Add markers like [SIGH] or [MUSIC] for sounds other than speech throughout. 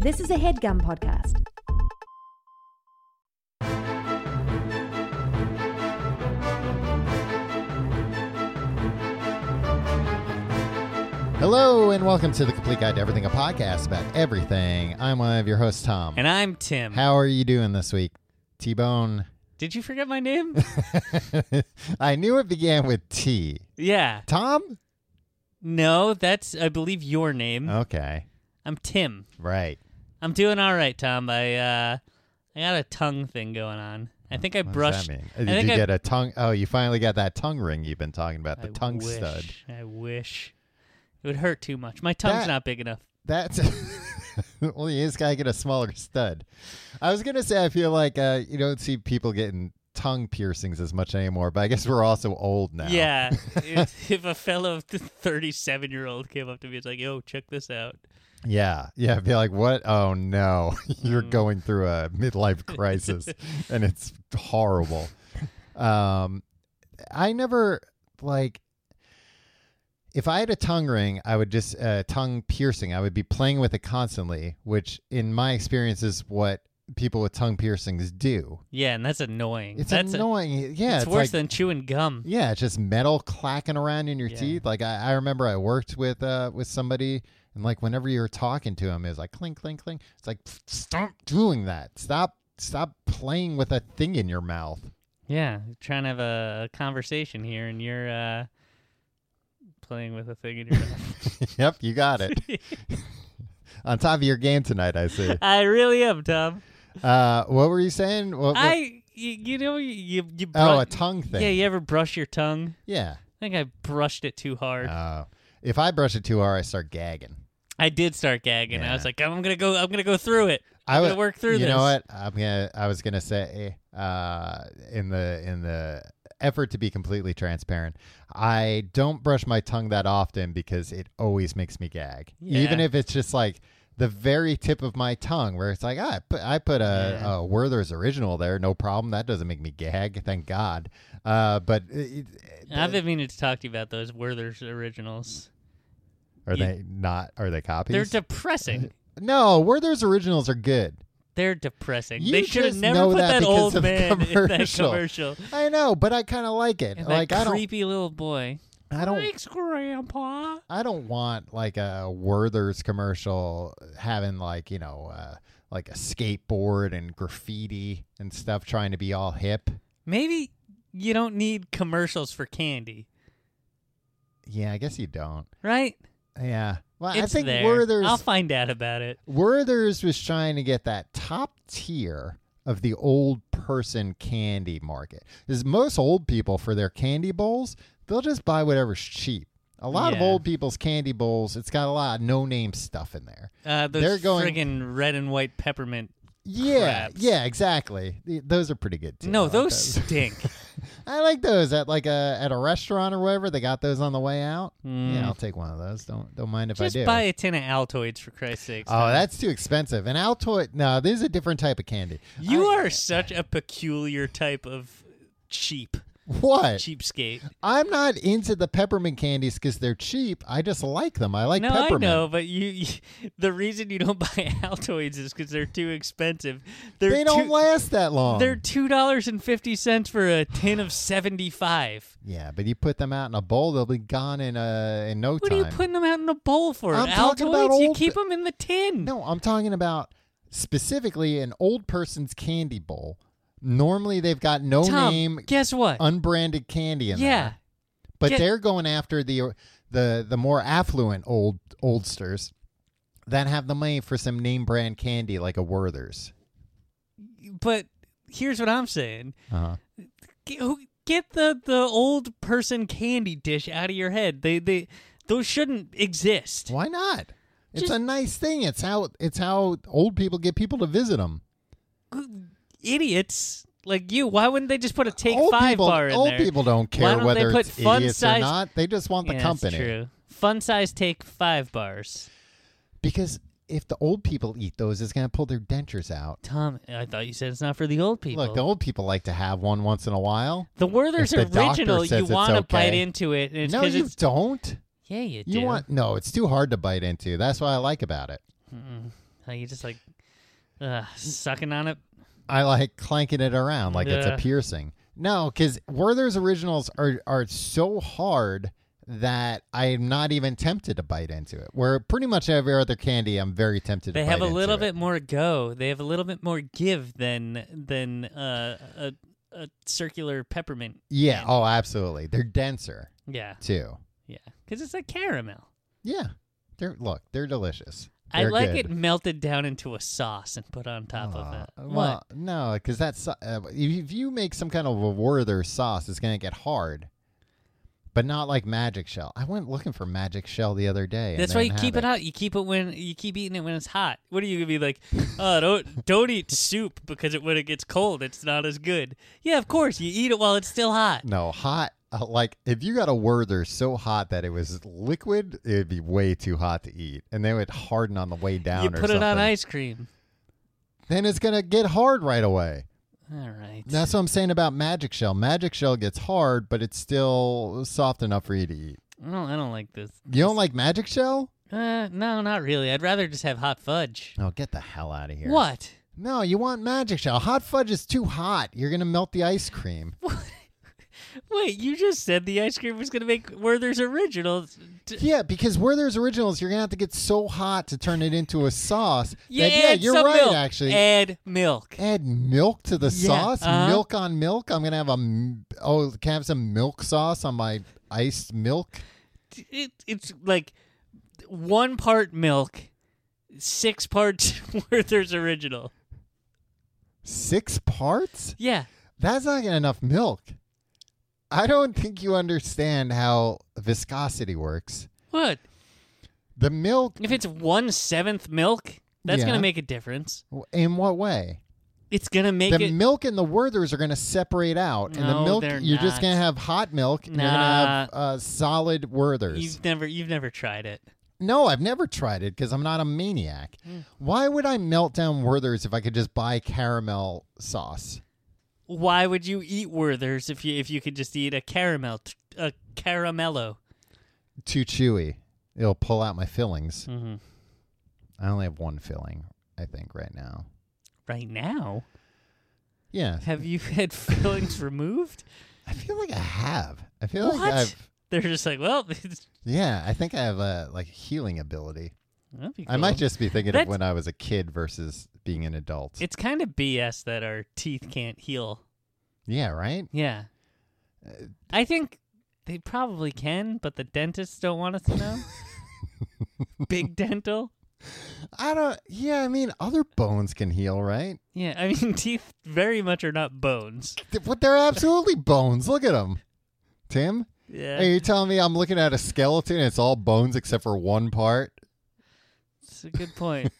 This is a headgum podcast. Hello and welcome to the Complete Guide to Everything, a podcast about everything. I'm one of your hosts, Tom. And I'm Tim. How are you doing this week, T Bone? Did you forget my name? [LAUGHS] I knew it began with T. yeah. Tom? No, that's I believe your Oh. name. Okay, I'm Tim. right. I'm doing all right, Tom. I uh I got a tongue thing going on. I think I What brushed does that mean? I Did think you I- get a tongue? Oh, you finally got that tongue ring you've been talking about, the I tongue wish, stud. I wish. It would hurt too much. My tongue's That- not big enough. That's [LAUGHS] well, you just gotta get a smaller stud. I was gonna say I feel like uh, you don't see people getting tongue piercings as much anymore, but I guess we're also old now. [LAUGHS] Yeah. if, if a fellow 37 year old came up to me, it's like, yo, check this out. Yeah, yeah. Be like, what? Oh no, [LAUGHS] you're Mm. going through a midlife [LAUGHS] crisis, and it's horrible. Um, I never like. If I had a tongue ring, I would just uh, tongue piercing. I would be playing with it constantly, which, in my experience, is what people with tongue piercings do. Yeah, and that's annoying. It's that's a- annoying. yeah, it's, it's worse like- than chewing gum. yeah, it's just metal clacking around in your Yeah. teeth. Like I, I remember I worked with uh with somebody and like whenever you were talking to him, it was like clink, clink, clink. It's like "Pfft, stop doing that. Stop stop playing with a thing in your mouth. [LAUGHS] Yeah, trying to have a conversation here, and you're uh, playing with a [LAUGHS] thing in your mouth. yep, you got it. [LAUGHS] On top of your game tonight, I [LAUGHS] see. I really am, Tom. Uh what were you saying? What, what- I, you, you know, you you oh, bru- a tongue thing. Yeah, you ever brush your tongue? yeah. I think I brushed it too hard. Uh, if I brush it too hard, I start gagging. I did start gagging. Yeah. I was like, I'm gonna go. I'm gonna go through it. I gonna would- work through you know this. what? I'm gonna. I was gonna say, uh, in the in the effort to be completely transparent, I don't brush my tongue that often because it always makes me gag, even Yeah. if it's just like the very tip of my tongue, where it's like ah, I put I put a, Yeah. a Werther's original there, no problem. That doesn't make me gag, thank God. Uh, but it, it- I've been meaning to talk to you about those Werther's originals. are you- they not? Are they copies? They're [LAUGHS] depressing. no, Werther's originals are good. They're depressing. You they should have just never know put that that, because old of the man in that commercial. [LAUGHS] commercial. I know, but I kind of like it. And like I that don't, creepy little boy. I don't Thanks, Grandpa. I don't want like a Werther's commercial having like you know uh, like a skateboard and graffiti and stuff trying to be all hip. Maybe you don't need commercials for candy, Yeah, I guess you don't. right? Yeah, well, I It's think there. Werther's I'll find out about it. Werther's was trying to get that top tier of the old person candy market. Is most old people for their candy bowls, they'll just buy whatever's cheap. A lot of Yeah. old people's candy bowls, it's got a lot of no-name stuff in there. Uh, those They're going- friggin' red and white peppermint. Yeah, Craps. yeah, exactly. Th- Those are pretty good too. I no, like those stink. [LAUGHS] I like those at like a at a restaurant or wherever. They got those on the way out. Mm. Yeah, I'll take one of those. Don't don't mind if Just I do. buy a tin of Altoids for Christ's sakes. oh, that's too expensive. An Altoid. No, this is a different type of candy. you I- are such a peculiar type of cheap what? cheapskate. I'm not into the peppermint candies because they're cheap. I just like them. I like no, peppermint. I know, but you, [LAUGHS] you- the reason you don't [LAUGHS] buy Altoids is because they're too expensive. They're They don't too- last that long. They're two dollars and fifty cents for a tin of seventy five. yeah, but you put them out in a bowl, they'll be gone in uh in no What time. are you putting them out in a bowl for? I'm talking Altoids? about you old- keep them in the tin. No, I'm talking about specifically an old person's candy bowl. Normally they've got no Tom, name guess what? unbranded candy in yeah, there. But get- they're going after the the the more affluent old oldsters that have the money for some name brand candy like a Werther's. but here's what I'm saying: Uh-huh. Get- who- get the the old person candy dish out of your head. They they those shouldn't exist. Why not? It's Just- a nice thing. It's how it's how old people get people to visit them. Idiots like you. Why wouldn't they just put a take old five people, bar in old there? people don't Why care don't they whether put it's fun idiots or size- not. They just want the yeah, company. That's true. Fun size take five bars. Because if the old people eat those, it's going to pull their dentures out. Tom, I thought you said it's not for the old people. Look, the old people like to have one once in a while. the Werther's if the doctor original, says you it's want to bite okay. into it, and it's no, 'cause you it's don't. yeah, you do. You want no? It's too hard to bite into. That's what I like about it. How you just like uh, sucking on it. I like clanking it around like it's a Yeah. piercing. No, because Werther's originals are are so hard that I am not even tempted to bite into it. Where pretty much every other candy, I'm very tempted. They to have bite a little into it. bit more go. They have a little bit more give than than uh, a a circular peppermint. Yeah. Oh, absolutely. They're denser Yeah, too. yeah, because it's like caramel. Yeah. They're look. They're delicious. I They're like good. it melted down into a sauce and put on top of Aw, it. Well, no, because that's uh, if- if you make some kind of a Werther sauce, it's gonna get hard. But not like Magic Shell. I went looking for Magic Shell the other day. and That's they why you didn't keep have it hot. You keep it when you keep eating it when it's hot. What are you gonna be like? Oh, don't don't eat soup because it, when it gets cold, it's not as good. Yeah, of course you eat it while it's still hot. No, hot. Uh, like if you got a Werther so hot that it was liquid, it'd be way too hot to eat, and then it would harden on the way down. You or put it something. on ice cream. Then it's gonna get hard right away. All right. That's what I'm saying about Magic Shell. Magic Shell gets hard, but it's still soft enough for you to eat. I don't, I don't like this. You don't like Magic Shell? Uh, no, not really. I'd rather just have hot fudge. No, Oh, get the hell out of here. What? No, you want Magic Shell. Hot fudge is too hot. You're gonna melt the ice cream. [LAUGHS] Wait, you just said the ice cream was gonna make Werther's original. T- Yeah, because Werther's originals, you're gonna have to get so hot to turn it into a [LAUGHS] sauce. that- yeah, yeah, add you're some right. milk. Actually, add milk. add milk to the Yeah, sauce. uh-huh. Milk on milk. I'm gonna have a m- oh, can I have some milk sauce on my iced milk? it, it's like one part milk, six parts [LAUGHS] Werther's original. Six parts. Yeah, That's not gonna enough milk. I don't think you understand how viscosity works. what The milk, if it's one seventh milk? That's Yeah. gonna make a difference. in what way? It's gonna make the it. milk and the Werthers are going to separate out, and the No, milk they're you're just not. going to have hot milk. And You're going to have Nah. uh, solid Werthers. You've never, you've never tried it. No, I've never tried it because I'm not a maniac. Hmm. Why would I melt down Werthers if I could just buy caramel sauce? Why would you eat Werther's if you if you could just eat a caramel, t- a caramello? Too chewy. It'll pull out my fillings. Mm-hmm. I only have one filling, I think, right now. Right now, Yeah, have you [LAUGHS] had fillings removed? I feel like I have. I feel like What? I've. They're just like, well, [LAUGHS] it's, Yeah, I think I have a like healing ability. that'd be I might cool. just be thinking of That's- when I was a kid versus being an adult. It's kind of BS that our teeth can't heal. yeah, right. Yeah. Uh, I think they probably can, but the dentists don't want us [LAUGHS] to know. Big dental. I don't. Yeah, I mean, other bones can heal, right? Yeah, I mean, [LAUGHS] teeth very much are not bones. Th- But they're absolutely bones. Look at them, Tim. Yeah. Are you telling me I'm looking at a skeleton? and It's all bones except for one part. It's a good point.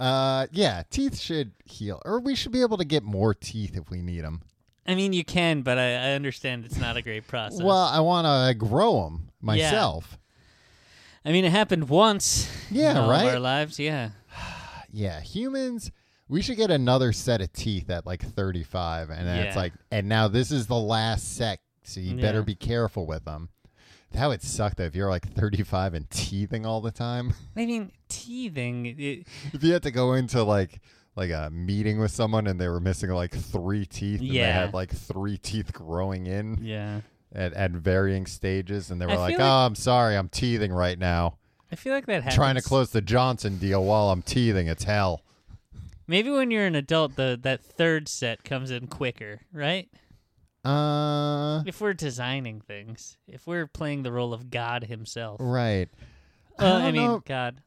Uh, yeah, teeth should heal, or we should be able to get more teeth if we need them. I mean, you can, but I, I understand it's not a great process. Well, I want to grow them myself. I mean, it happened once. in Yeah, all right? Of our lives, yeah. Yeah, humans. We should get another set of teeth at like 35, and then it's Yeah. like, and now this is the last set, so you better Yeah. be careful with them. That would suck though if you're like 35 and teething all the time. [LAUGHS] I mean, teething. It, if you had to go into like like a meeting with someone and they were missing like three teeth, and they Yeah. had like three teeth growing in yeah. at, at varying stages, and they were I like, feel "Oh, like- I'm sorry, I'm teething right now, I feel like that happens. trying to close the Johnson deal while I'm teething. It's hell." Maybe when you're an adult, the that third set comes in quicker, right? Uh, If we're designing things, if we're playing the role of God Himself, right. Uh, I I, don't mean, know. God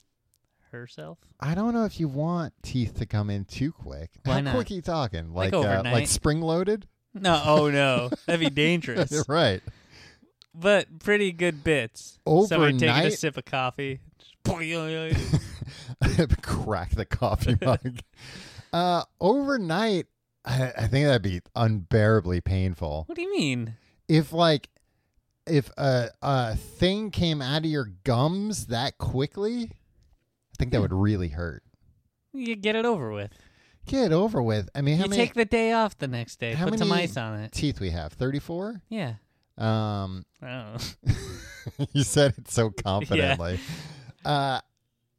herself. I don't know if you want teeth to come in too quick. Why How not? quick are you talking? Like Like uh, like overnight? spring [LAUGHS] loaded? No, oh no, that'd be dangerous. [LAUGHS] right. But pretty good bits. Somebody taking a Overnight? sip of coffee. Crack the [LAUGHS] coffee mug. Uh, overnight, I, I think that'd be unbearably painful. what do you mean? If like if a a thing came out of your gums that quickly, I think Hmm. that would really hurt. You get it over with. Get it over with. I mean, how you many take the day off the next day. how Put some many- ice on it. teeth we have? Thirty four. Yeah. Um, Oh. I don't know. [LAUGHS] you said it so confidently. Uh, [LAUGHS]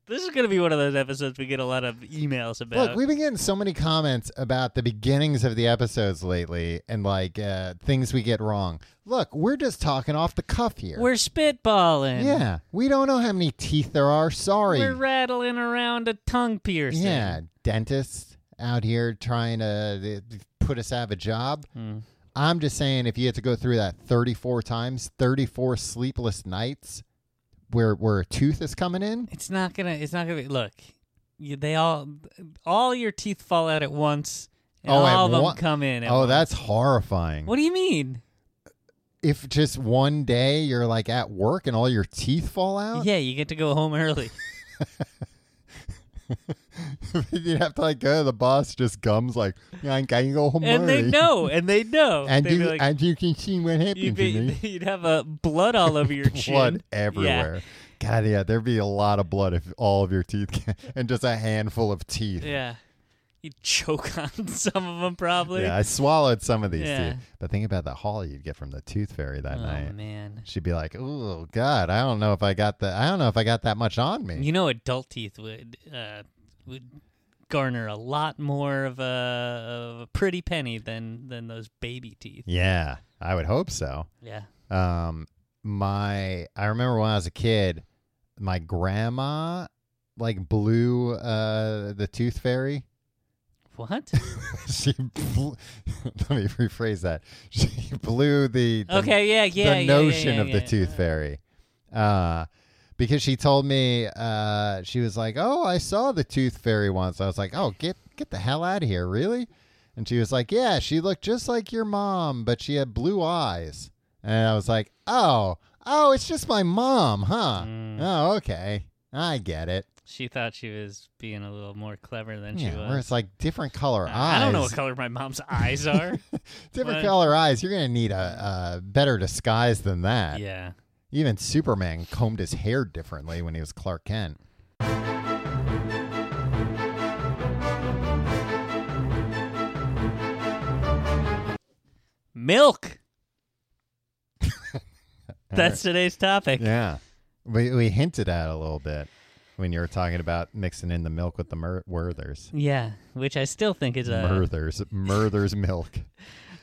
This is going to be one of those episodes we get a lot of emails about. Look, we've been getting so many comments about the beginnings of the episodes lately and like uh, things we get wrong. Look, we're just talking off the cuff here. We're spitballing. yeah, we don't know how many teeth there are. Sorry. We're rattling around a tongue piercing. yeah, dentists out here trying to uh, put us out of a job. Mm. I'm just saying, if you had to go through that 34 times, 34 sleepless nights where where a tooth is coming in, It's not gonna. It's not gonna be. Look, you, they all, all your teeth fall out at once, and Oh, at all of them one- come in. at oh, once. that's horrifying. What do you mean? If just one day you're like at work and all your teeth fall out, Yeah, you get to go [LAUGHS] home early. you'd have to like go to the boss, just gums like, "Yeah, can you go home and they early?" know, and they know. [LAUGHS] and They'd be you like, and you can see what happened you'd, to be, me. [LAUGHS] you'd have a blood all over your chin. [LAUGHS] Blood everywhere. God, yeah, there'd be a lot of blood if all of your teeth [LAUGHS] and just a handful of teeth. Yeah. yeah. You'd choke [LAUGHS] on some of them probably. Yeah, I swallowed some of these Yeah. teeth. But think about the haul you'd get from the tooth fairy that oh night. man. She'd be like, "Oh God, I don't know if I got the, I don't know if I got that much on me." You know, adult teeth would uh, would garner a lot more of a, of a pretty penny than than those baby teeth. yeah, I would hope so. Yeah. Um, my, I remember when I was a kid, my grandma like blew uh the tooth fairy. [LAUGHS] What? she, blew, [LAUGHS] let me rephrase that. She blew the, the Okay. Yeah. Yeah. the yeah, notion yeah, yeah, of yeah. the tooth fairy. Uh, because she told me uh, she was like, "Oh, I saw the tooth fairy once." I was like, "Oh, get get the hell out of here, really?" And she was like, "Yeah, she looked just like your mom, but she had blue eyes." And I was like, "Oh, oh, it's just my mom, huh? Mm. Oh, okay, I get it." She thought she was being a little more clever than she Yeah, where was. it's like different color I eyes. I don't know what color my mom's eyes are. different what- color eyes. You're gonna need a, a better disguise than [LAUGHS] that. yeah. Even Superman combed his hair differently when he was Clark Kent. Milk. [LAUGHS] That's today's topic. yeah. We we hinted at it a little bit when you were talking about mixing in the milk with the mur- Werthers. Yeah, which I still think is a Murthers, Murthers milk.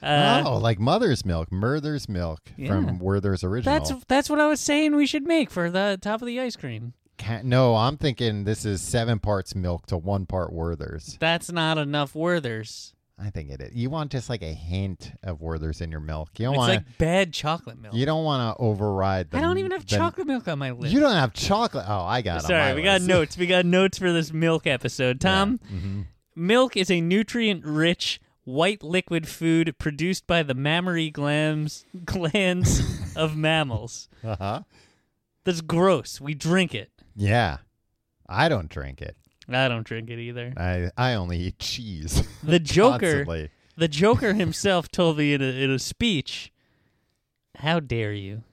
uh, oh, like mother's milk, Murthers milk Yeah. from Werther's original. That's that's what I was saying we should make for the top of the ice cream. Ca- no, I'm thinking this is seven parts milk to one part Werther's. That's not enough Werthers. I think it is. You want just like a hint of Werther's in your milk. You don't It's want. like bad chocolate milk. you don't want to override. The, I don't even have the- chocolate milk on my list. You don't have chocolate. Oh, I got. it on my Sorry, we got [LAUGHS] list. notes. We got notes for this milk episode. Tom, Mhm. milk is a nutrient-rich white liquid food produced by the mammary glands [LAUGHS] glands of mammals. Uh huh. That's gross. We drink it. Yeah. I don't drink it. I don't drink [LAUGHS] it either. I I only eat cheese. [LAUGHS] The Joker, Constantly. the Joker himself told me in a, in a speech, "How dare you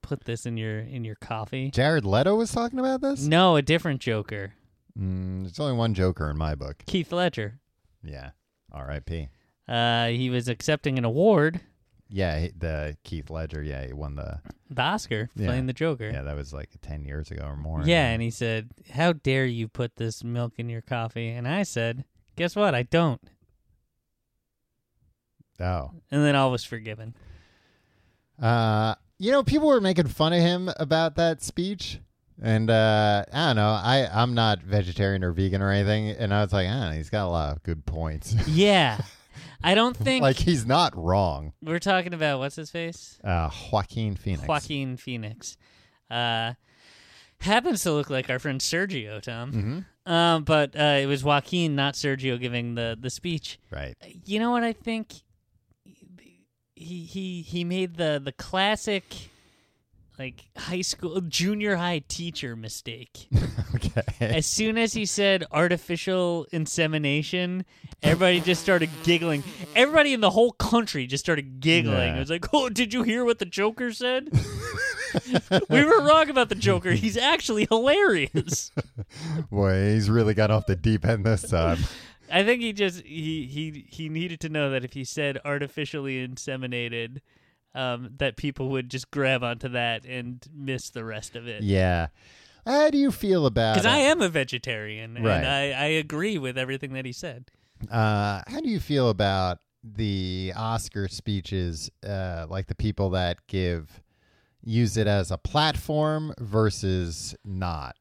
put this in your in your coffee?" Jared Leto was talking about this? No, a different Joker, Mm, there's only one Joker in my book. Keith Ledger. Yeah. R.I.P. Uh, he was accepting an award, Yeah, he- the Keith Ledger. Yeah, he won the. the Oscar, for Yeah. playing the Joker. Yeah, that was like 10 years ago or more. Yeah, and he said, "How dare you put this milk in your coffee?" And I said, "Guess what? I don't." Oh. And then all was forgiven. [LAUGHS] Uh, you know, people were making fun of him about that speech. And uh, I don't know. I, I'm not vegetarian or vegan or anything. And I was like, ah, he's got a lot of good points. [LAUGHS] Yeah, I don't think like, he's not wrong. we're talking about what's his face, Uh, Joaquin Phoenix. Joaquin Phoenix. Uh, happens to look like our friend Sergio, Tom. hmm Um, but uh, it was Joaquin, not Sergio, giving the the speech. Right. You know what I think? He he he made the the classic, like high school junior high teacher mistake. [LAUGHS] okay. as soon as he said artificial insemination, everybody just started giggling. Everybody in the whole country just started giggling. Yeah. It was like, oh, did you hear what the Joker said? [LAUGHS] we were wrong about the Joker. He's actually hilarious. Boy, he's really got off the deep end this time. I think he just he he he needed to know that if he said artificially inseminated, um, that people would just grab onto that and miss the rest of it. yeah. How do you feel about Because it? I am a vegetarian, Right. and I, I agree with everything that he said. Uh, how do you feel about the Oscar speeches, uh, like the people that give use it as a platform versus not?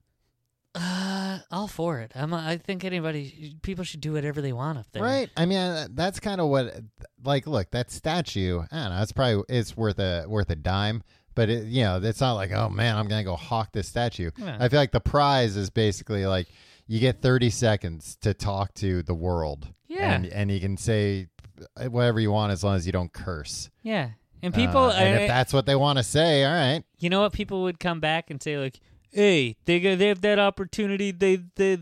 Uh, all for it. I'm. I think anybody, people should do whatever they want up there. Right? I mean, uh, that's kind of what. Like, look, that statue. I don't know. It's probably it's worth a worth a dime, but it, you know, it's not like oh man, I'm gonna go hawk this statue. Yeah. I feel like the prize is basically like you get 30 seconds to talk to the world. Yeah. And, and you can say uh, whatever you want as long as you don't curse. Yeah. And people, Uh, and I- if that's what they want to say, all right. you know what? People would come back and say like, "Hey, they go- they have that opportunity. They they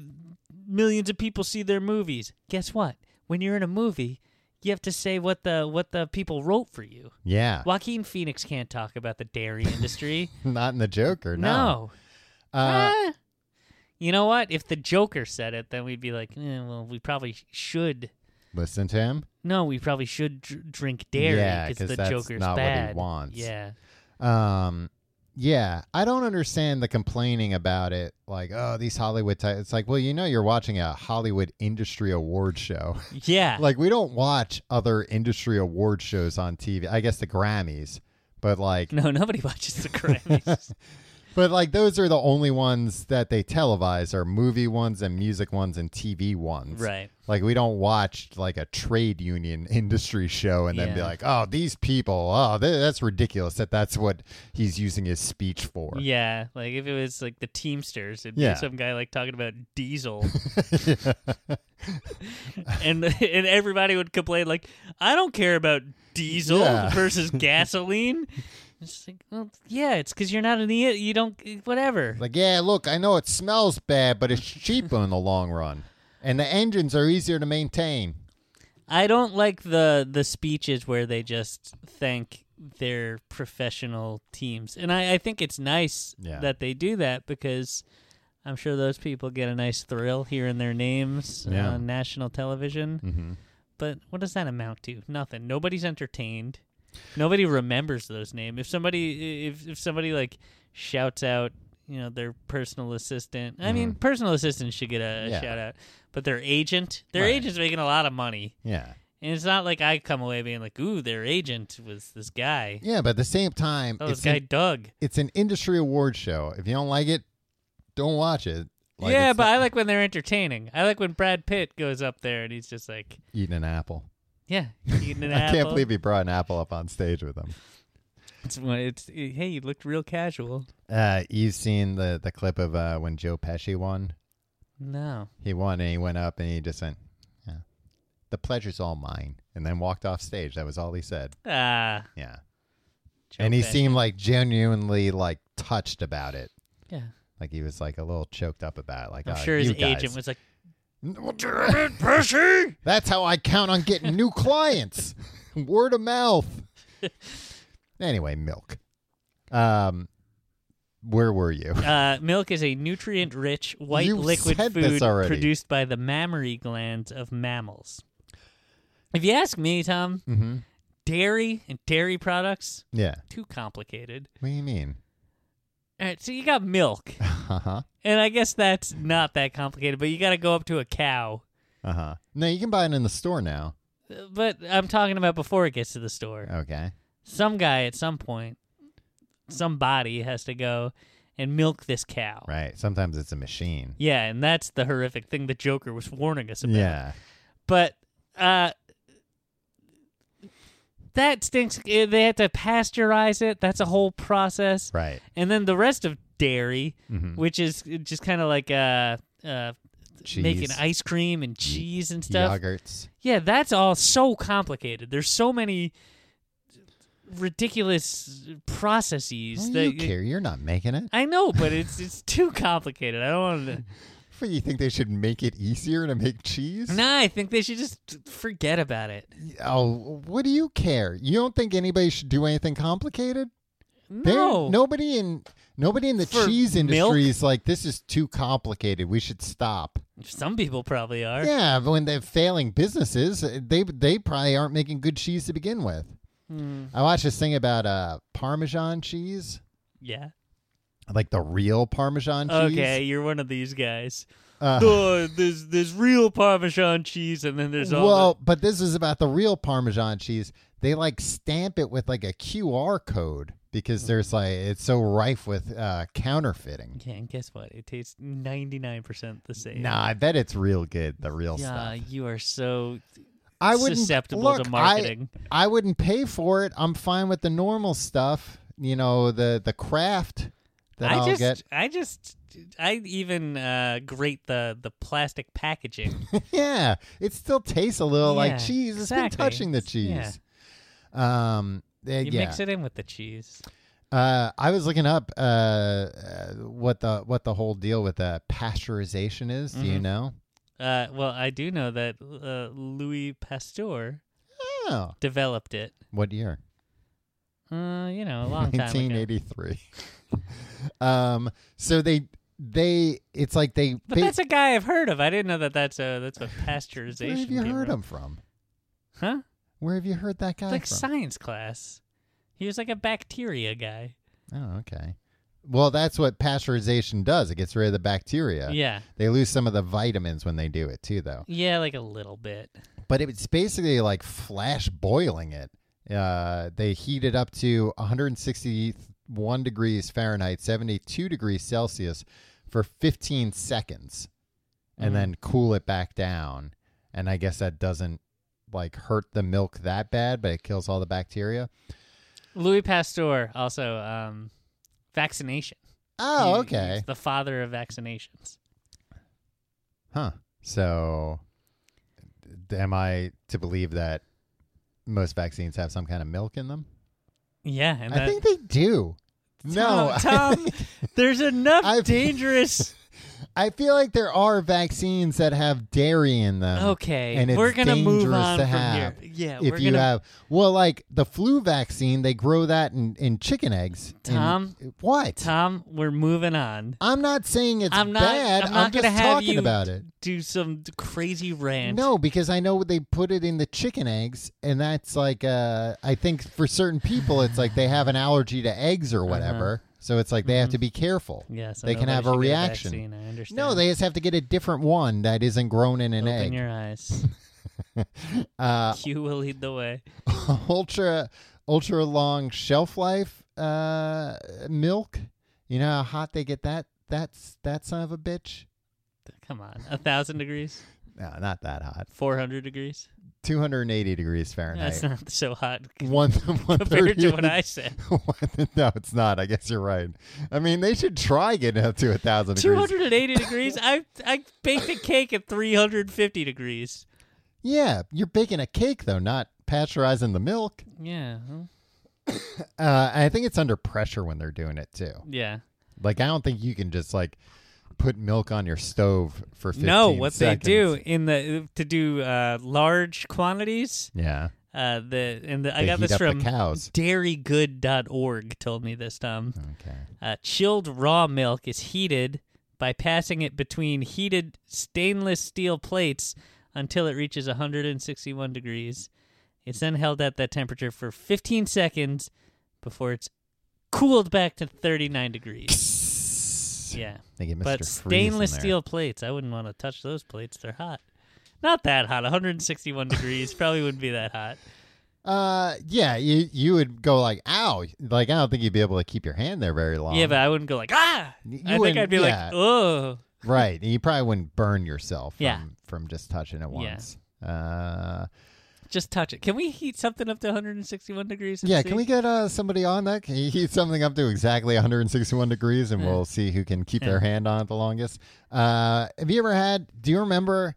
millions of people see their movies. Guess what? When you're in a movie, you have to say what the what the people wrote for you. Yeah, Joaquin Phoenix can't talk about the dairy industry. [LAUGHS] not in the Joker. No. no. Uh, Ah. You know what? If the Joker said it, then we'd be like, eh, well, we probably should. listen to him. No, we probably should dr- drink dairy Yeah, 'cause the that's Joker's not what he bad. wants. Yeah. [LAUGHS] Um, yeah, I don't understand the complaining about it. Like, oh, these Hollywood. Ty-. It's like, well, you know, you're watching a Hollywood Industry Award [LAUGHS] show. Yeah. like, we don't watch other industry award shows on TV. I guess the Grammys, but like, no, nobody [LAUGHS] watches [LAUGHS] the Grammys. but like, those are the only ones that they televise are movie ones and music ones and TV ones. right. Like we don't watch like a trade union [LAUGHS] industry show and then be Yeah. like, oh, these people, oh, th- that's ridiculous that that's what he's using his speech for. Yeah. Like if it was like the Teamsters, it'd Yeah. be some guy like talking about [LAUGHS] diesel. and and everybody would complain like, I don't care about diesel Yeah. [LAUGHS] versus gasoline. It's like, well, yeah, it's because you're not an idiot. You don't, whatever. Like, yeah, look, I know it smells bad, but it's cheaper in the long run, and the engines are easier to maintain. I don't like the the speeches where they just thank their professional teams, and I, I think it's nice Yeah. that they do that because I'm sure those people get a nice thrill hearing their names Yeah. on national television. Mm-hmm. But what does that amount to? Nothing. Nobody's entertained. Nobody remembers those names. If somebody if if somebody like shouts out, you know, their personal assistant. I mean, personal assistants should get a Mm-hmm. Yeah. shout out, but their agent, their Right. agent's making a lot of money. Yeah, And it's not like I come away being like, "Ooh, their agent was this guy." yeah, but at the same time, Oh, this it's guy an, Doug. it's an industry award show. If you don't like it, don't watch it. Like, yeah, it's but not- I like when they're entertaining. I like when Brad Pitt goes up there and he's just like, eating an apple. "Yeah, eating an [LAUGHS] I apple." can't believe he brought an apple up on stage with him. it's, it's hey, you looked real casual. Uh, you've seen the the clip of uh, when Joe Pesci won. No, He won and he went up and he just went, yeah, "The pleasure's all mine," and then walked off stage. That was all he said. ah, Yeah, Joe and he Pesci. seemed like genuinely like touched about it. yeah. Like he was like a little choked up about it. Like I'm "Oh, sure his you guys." agent was like, Pesci. [LAUGHS] That's how I count on getting new clients. [LAUGHS] Word of [LAUGHS] mouth. anyway, milk. Um, where were you? uh, "Milk is a nutrient-rich white You liquid said this food already. produced by the mammary glands of mammals." If you ask me, Tom, mm-hmm. dairy and dairy products Yeah. too complicated. What do you mean? [LAUGHS] All right, so you got milk, Uh huh. and I guess that's not that complicated, but you got to go up to a cow. Uh huh. No, you can buy it in the store now. Uh, But I'm talking about before it gets to the store. Okay. Some guy at some point, somebody has to go and milk this cow. Right. Sometimes it's a machine. Yeah, and that's the horrific thing the Joker was warning us about. Yeah. But uh that stinks. Eh, They had to pasteurize it. That's a whole process. Right. And then the rest of dairy, Mhm. which is just kind of like uh, uh, Cheese. making ice cream and cheese and stuff. Yogurts. Yeah, that's all so complicated. There's so many ridiculous processes Well, that you care. You're not making it. I know, but it's it's too complicated. I don't [LAUGHS] want to. What, You think they should make it easier to make cheese? Nah, I think they should just forget about it. Oh, what do you care? You don't think anybody should do anything complicated? There- No, Nobody in nobody in the For cheese industry milk? is like this is too complicated. We should stop. Some people probably are. Yeah, but when they're failing businesses, uh, they they probably aren't making good cheese to begin with. Mm, I watched this thing about uh Parmesan cheese. yeah. like the real Parmesan cheese. Okay, you're one of these guys. Uh, oh, there's there's real Parmesan cheese, and then there's all. well, but this is about the real Parmesan cheese. They like stamp it with like a QR code because Mm-hmm. there's like it's so rife with uh, counterfeiting. the, yeah, and guess what? It tastes ninety nine percent the same. Nah, I bet it's real good. The real yeah, stuff. you are so I wouldn't susceptible look, to I- marketing. I wouldn't pay for it. I'm fine with the normal stuff. You know, the the craft that I will just, get. [LAUGHS] I just, I even uh, grate the the plastic [LAUGHS] packaging. yeah, it still tastes a little Yeah, like cheese. It's exactly. been touching the cheese. Um, eh, You yeah. mix it in with the cheese. Uh, I was looking up uh, uh, what the what the whole deal with uh, pasteurization is. Do you Mhm. know? Uh, well, I do know that uh, Louis Pasteur Oh, developed it. what year? Uh, you know, a long [LAUGHS] time ago. 1983. [LAUGHS] um, so they they it's like they. But that's a guy I've heard of. I didn't know that. That's a that's what pasteurization. where have you came heard from. him from? Huh? Where have you heard that guy Like from? science class. He was like a bacteria guy. Oh, okay. Well, that's what pasteurization does. It gets rid of the bacteria. yeah. They lose some of the vitamins when they do it too, though. Yeah, like a little bit. But it's basically like flash boiling it. Uh, they heat it up to 161 degrees Fahrenheit, 72 degrees Celsius for 15 seconds, and Mhm. then cool it back down. And I guess that doesn't like hurt the milk that bad, but it kills all the bacteria. Louis Pasteur also um, vaccination. Oh, He- okay. he's the father of vaccinations. Huh. So, d- am I to believe that most vaccines have some kind of milk in them? Yeah, and I that- think they do. no, [LAUGHS] I Tom, Tom, think- there's enough I've- [LAUGHS] dangerous. I feel like there are vaccines that have dairy in them. Okay, and it's we're gonna move dangerous on to from have here. Yeah, if we're you gonna. have, well, like the flu vaccine, they grow that in, in chicken eggs. in- Tom? what? Tom, we're moving on. I'm not saying it's I'm not. bad. I'm not just gonna have talking you about it. do some crazy rant. No, because I know they put it in the chicken eggs, and that's like uh, I think for certain people, it's like they have an allergy to eggs Uh-huh. or whatever, so it's like they have to be careful. Yes, they can have a reaction. I Mm-hmm. understand. No, they just have to get a different one that isn't grown in an open egg. your eyes. [LAUGHS] [LAUGHS] uh, Q will lead the way. ultra, ultra long shelf life uh, milk. You know how hot they get that? That's that son of a bitch. Come on, a thousand degrees, No, not that hot. four hundred degrees. Two hundred and eighty degrees Fahrenheit. That's not so hot [LAUGHS] one, one [LAUGHS] compared to what [LAUGHS] thirty- I said. no, it's not. I guess you're right. I mean, they should try getting up to a thousand Two degrees. hundred and eighty degrees. I I baked a cake at three hundred fifty degrees. Yeah, you're baking a cake though, not pasteurizing the milk. Yeah, well, Uh, I think it's under pressure when they're doing it too. yeah. Like, I don't think you can just like put milk on your stove for 15 No, what seconds. they do in the to do uh, large quantities. Yeah, Uh, the and the, I They got heat this up the from cows. dairygood.org told me this Tom. okay. Uh, chilled raw milk is heated by passing it between heated stainless steel plates until it reaches 161 degrees. It's then held at that temperature for 15 seconds before it's cooled back to [LAUGHS] 39 degrees. yeah. They get Mr. But Freeze in stainless there. steel plates, I wouldn't want to touch those plates. They're hot. Not that hot. 161 [LAUGHS] degrees probably wouldn't be that hot. Uh, yeah, you you would go like, ow, like I don't think you'd be able to keep your hand there very long. Yeah, but I wouldn't go like, ah! You I think wouldn't- I'd be yeah. like, oh. Right. And you probably wouldn't burn yourself from, Yeah. from just touching it Yeah. once. Uh, Just touch it. Can we heat something up to 161 degrees? and yeah, see? can we get uh, somebody on that? Can you heat something up to exactly 161 degrees and Yeah. we'll see who can keep Yeah. their hand on it the longest? Uh, have you ever had, do you remember,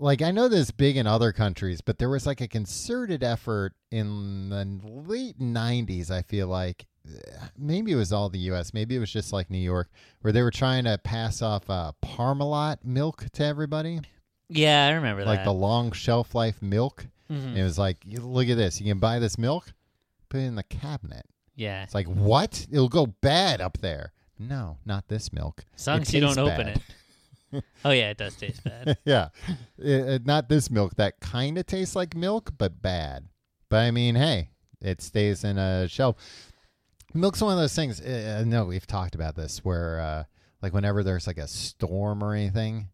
like, I know this is big in other countries, but there was like a concerted effort in the late 90s, I feel like. uh, Maybe it was all the U.S., maybe it was just like New York, where they were trying to pass off uh, Parmalat milk to everybody. Yeah, I remember like that. the long shelf life milk. Mhm. It was like, you- look at this. You can buy this milk, put it in the cabinet. yeah, It's like, what? It'll go bad up there. No, not this milk. as long It as you don't tastes open bad. it. [LAUGHS] Oh yeah, it does taste bad. yeah. Uh, uh, not this milk. That kind of tastes like milk, but bad. But I mean, hey, it stays in a shelf. Milk's one of those things. uh, I know we've talked about this where, uh, like, whenever there's like a storm or anything,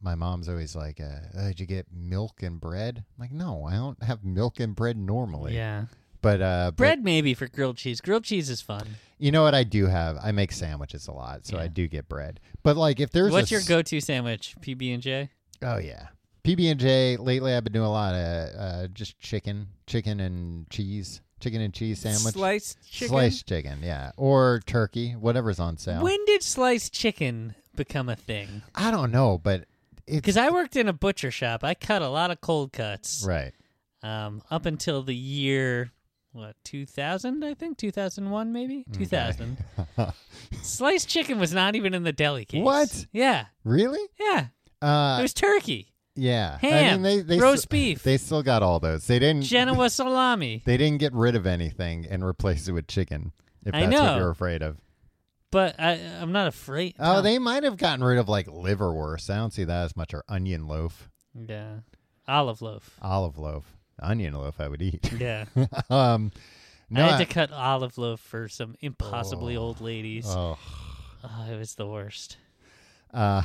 my mom's always like, uh, uh, "Did you get milk and bread?" I'm like, no, I don't have milk and bread normally. Yeah. But uh, but Bread maybe for grilled cheese. Grilled cheese is fun. you know what? I do have. I make sandwiches a lot, so I Yeah. do get bread. But like, if there's What's a your s- go-to sandwich? PB and J. Oh yeah, PB and J. Lately, I've been doing a lot of uh, just chicken, chicken and cheese, chicken and cheese sandwich, Sliced chicken. sliced chicken, yeah, or turkey, whatever's on sale. When did sliced chicken become a thing? I don't know, but it's Because I worked in a butcher shop. I cut a lot of cold cuts. right. Um, up until the year what 2000 I think 2001 maybe [LAUGHS] 2000. sliced chicken was not even in the deli case. What? Yeah. Really? Yeah. it Uh, was turkey, yeah. I mean, ham, they, they roast st- beef. They still got all those. They didn't. Genoa salami. They didn't get rid of anything and replace it with chicken. If I that's what know. you're afraid of. But I, I'm not afraid. Oh, they might have gotten rid of like liverwurst. I don't see that as much. Or onion loaf, Yeah. Olive loaf. olive loaf, onion loaf. I would eat. Yeah. um, [LAUGHS] no, I had I- to cut olive loaf for some impossibly old ladies. Oh. oh, it was the worst. Uh,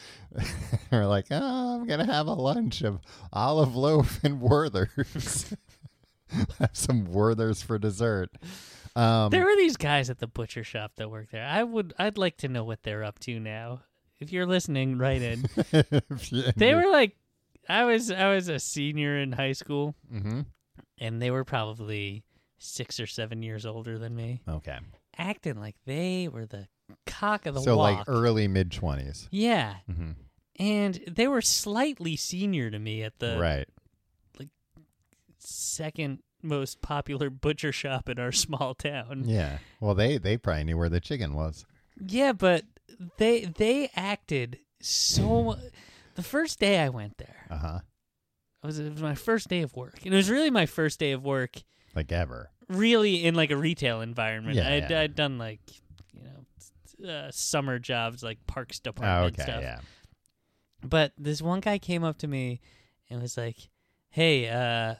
[LAUGHS] we're like, oh, I'm gonna have a lunch of olive loaf and Werthers. [LAUGHS] have some Werthers for dessert. Um, there were these guys at the butcher shop that work there. I would I'd like to know what they're up to now. If you're listening, write in. [LAUGHS] if you- they were like I was I was a senior in high school Mhm. and they were probably 6 or 7 years older than me, okay. acting like they were the cock of the So walk. like er early mid 20s yeah. Mm-hmm. And they were slightly senior to me at the right? second most popular butcher shop in our [LAUGHS] small town. Yeah. Well, they they probably knew where the chicken was. Yeah, but they they acted so the first day I went there. Uh huh. It was, it was my first day of work. And it was really my first day of work Like ever. really in like a retail environment. Yeah, I'd, yeah. I'd done like, you know, uh, summer jobs like parks Oh, department okay. stuff. Yeah. But this one guy came up to me and was like, "Hey, uh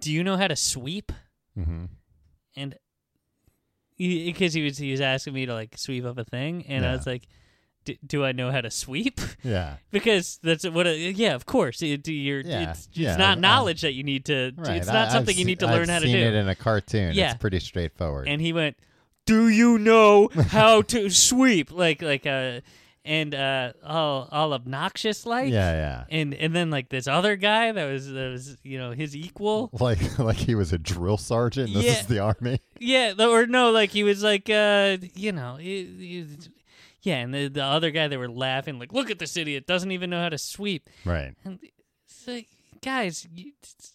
do you know how to sweep?" Mm-hmm. and because he, was he was asking me to like sweep up a thing, and I Yeah. was like, D- "Do I know how to sweep?" [LAUGHS] Yeah. because that's what. I, yeah, of course. It, you're, Yeah, it's, it's yeah, not I- knowledge that you need to. Right. It's not I- something I've you need to se- learn I've how to seen do. it in a cartoon. Yeah. It's pretty straightforward. and he went, "Do you know how to sweep?" Like like uh, and uh, all all obnoxious like. yeah. Yeah. And and then like this other guy that was that was you know his equal. [LAUGHS] Like like he was a drill sergeant. This Yeah. is the army. Yeah, th- or no, like he was like, uh, you know, it, it- yeah, and the, the other guy they were laughing like, look at this idiot doesn't even know how to sweep. Right. And it's like, guys, you, it's-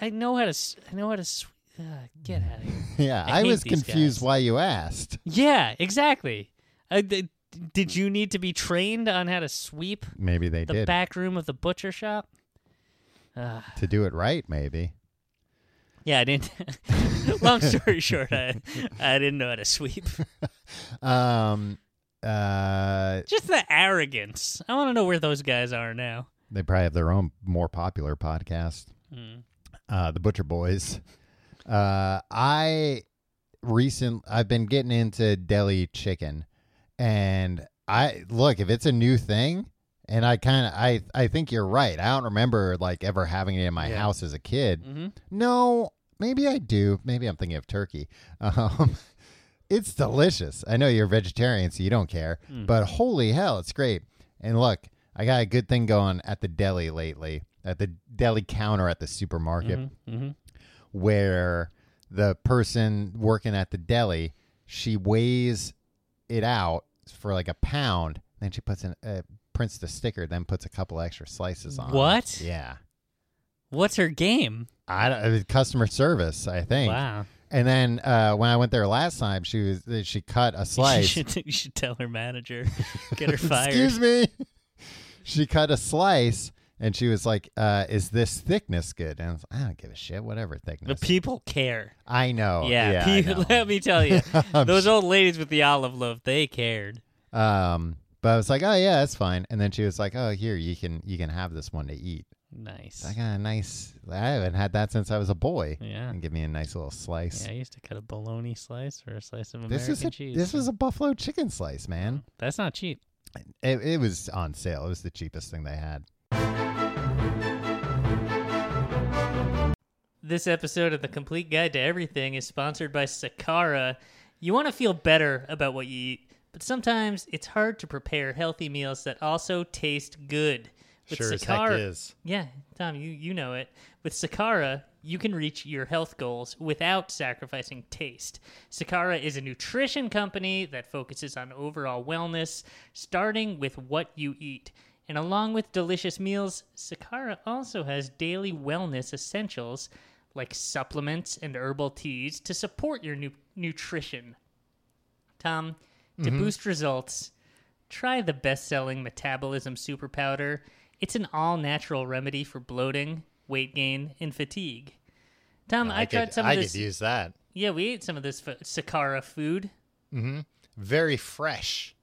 I, I know how to, s- I know how to sweep. Uh, get out of here. Yeah, I I, hate was these confused guys. why you asked. yeah, exactly. I, d- did you need to be trained on how to sweep Maybe they the did back room of the butcher shop? Uh, to do it right. Maybe yeah, I didn't. [LAUGHS] Long story short, I, I didn't know how [LAUGHS] to sweep. um, uh, Just the arrogance. I want to know where those guys are now. they probably have their own more popular podcast, Mm. uh, the Butcher Boys. Uh, I recent I've been getting into deli chicken, and I look if it's a new thing, and I kind of I I think you're right. I don't remember like ever having it in my Yeah. house as a kid. hmm No, maybe I do. Maybe I'm thinking of turkey. Um, [LAUGHS] it's delicious. I know you're vegetarian, so you don't care, but holy hell, it's great. And look, I got a good thing going at the deli lately, at the deli counter at the supermarket, mm-hmm, where the person working at the deli she weighs it out for like a pound, then she puts in uh, prints the sticker, then puts a couple extra slices on. it. What? Yeah. What's her game? I don't, customer service, I think. Wow. And then uh, when I went there last time, she was uh, she cut [LAUGHS] a [LAUGHS] You slice. should, you should tell her manager. [LAUGHS] Get her fired. Excuse me. [LAUGHS] She cut a slice, and she was like, uh, "Is this thickness good?" And I, was, I don't give a shit. Whatever The thickness. people care. I know. yeah. Oh, Yeah. pe- I [LAUGHS] know. let me tell you. [LAUGHS] I'm those old ladies with the olive loaf, they cared. [LAUGHS] Um, but I was like, "Oh yeah, that's fine." And then she was like, "Oh here, you can you can have this one to eat." Nice. I got a nice. I haven't had that since I was a boy. Yeah. And give me a nice little slice. Yeah, I used to cut a bologna slice or a slice of American this is a cheese. this was a buffalo chicken slice, man. That's not cheap. It, it was on sale. It was the cheapest thing they had. This episode of The Complete Guide to Everything is sponsored by Sakara. You want to feel better about what you eat, but sometimes it's hard to prepare healthy meals that also taste good. sure as Sakara- heck is. Yeah, Tom, you, you know it. With Sakara, you can reach your health goals without sacrificing taste. Sakara is a nutrition company that focuses on overall wellness, starting with what you eat. And along with delicious meals, Sakara also has daily wellness essentials like supplements and herbal teas to support your nu- nutrition. Tom, to Mm-hmm. boost results, try the best selling metabolism super powder. It's an all natural remedy for bloating, weight gain, and fatigue. Tom, I, I, tried could, some I of this. could use that. Yeah, we ate some of this f- Sakara food. Very fresh.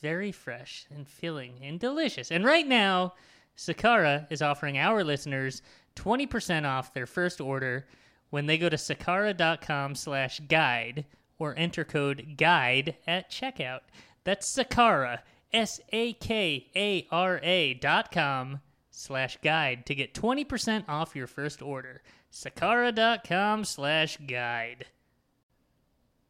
Very fresh and filling and delicious. And right now, Sakara is offering our listeners 20% off their first order when they go to sakara.com slash guide or enter code guide at checkout. That's Sakara, S-A-K-A-R-A dot com slash guide to get 20% off your first order. Sakara.com slash guide.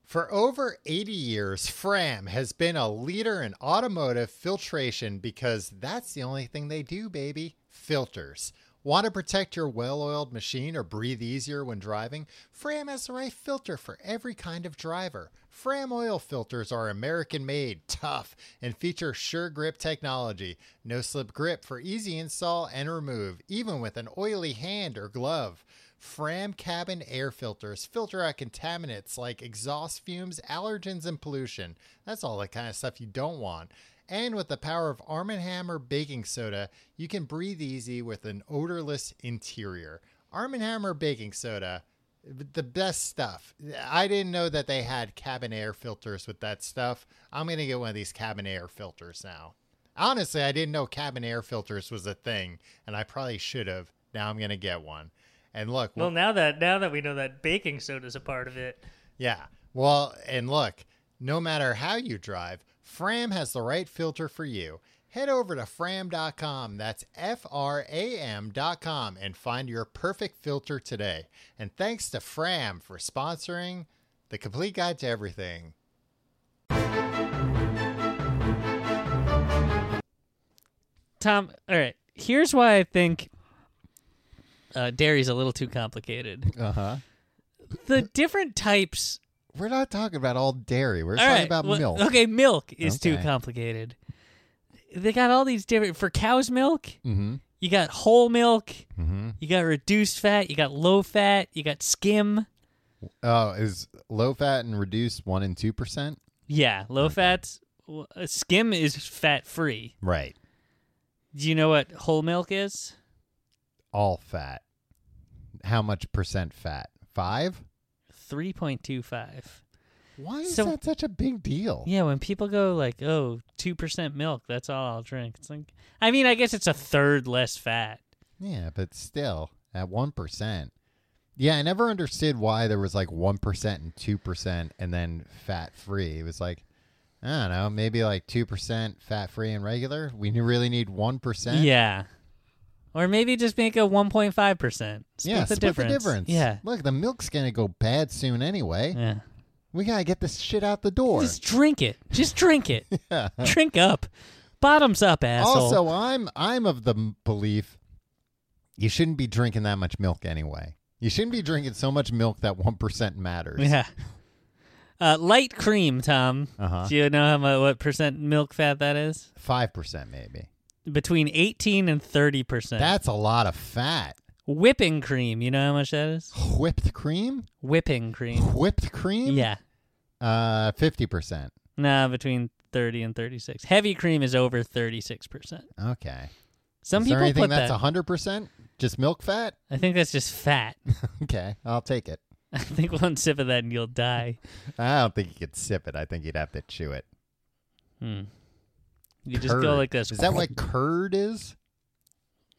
For over 80 years, Fram has been a leader in automotive filtration because that's the only thing they do, baby. Filters. Want to protect your well oiled machine or breathe easier when driving? Fram has the right filter for every kind of driver. Fram oil filters are American made, tough, and feature sure grip technology. No slip grip for easy install and remove, even with an oily hand or glove. Fram cabin air filters filter out contaminants like exhaust fumes, allergens, and pollution. That's all the kind of stuff you don't want. And with the power of Arm & Hammer baking soda, you can breathe easy with an odorless interior. Arm & Hammer baking soda, the best stuff. I didn't know that they had cabin air filters with that stuff. I'm going to get one of these cabin air filters now. Honestly, I didn't know cabin air filters was a thing, and I probably should have. Now I'm going to get one. And look, Well, now that now that we know that baking soda's a part of it, yeah. Well, and look, no matter how you drive, Fram has the right filter for you. Head over to fram.com, that's F R A M.com, and find your perfect filter today. And thanks to Fram for sponsoring the complete guide to everything. Tom, all right. Here's why I think uh, dairy's a little too complicated. Uh huh. The different types. We're not talking about all dairy. We're all talking right, about well, milk. Okay, milk is too Okay. complicated. They got all these different for cow's milk. Mm-hmm. You got whole milk. Mm-hmm. You got reduced fat. You got low fat. You got skim. Oh, is low fat and reduced one and two percent? Yeah, low fats. w- uh, Skim is fat free. Right. Do you know what whole milk is? All fat. How much percent fat? Five? Three point two five. Why is So- that such a big deal? Yeah, when people go like, "Oh, two percent milk, that's all I'll drink." It's like, I mean, I guess it's a third less fat. Yeah, but still at one percent. Yeah, I never understood why there was like one percent and two percent and then fat free. It was like I don't know, maybe like two percent fat free and regular. We n- really need one percent. Yeah, or maybe just make a one point five percent. Yeah, split the difference. Yeah, Look, the milk's gonna go bad soon anyway. yeah. We gotta get this shit out the door. [LAUGHS] Just drink it. Just drink it. Drink up. Bottoms up, asshole. Also, I'm I'm of the m- belief you shouldn't be drinking that much milk anyway. You shouldn't be drinking so much milk that one percent matters. yeah. Uh, light cream, Tom. Uh-huh. Do you know how much, what percent milk fat that is? Five percent maybe. Between eighteen and thirty percent. That's a lot of fat. whipping cream. You know how much that is? Whipped cream? Whipping cream. Whipped cream? Yeah. Uh, 50%. Nah, between 30 and 36. Heavy cream is over 36%. Okay. Some Is there people anything put that's that. 100%? Just milk fat? [LAUGHS] I think that's just fat. [LAUGHS] Okay. I'll take it. I think one sip of that and you'll die. I don't think you could sip it. I think you'd have to chew it. Hmm. You just go Curd. like this. Is that what curd is?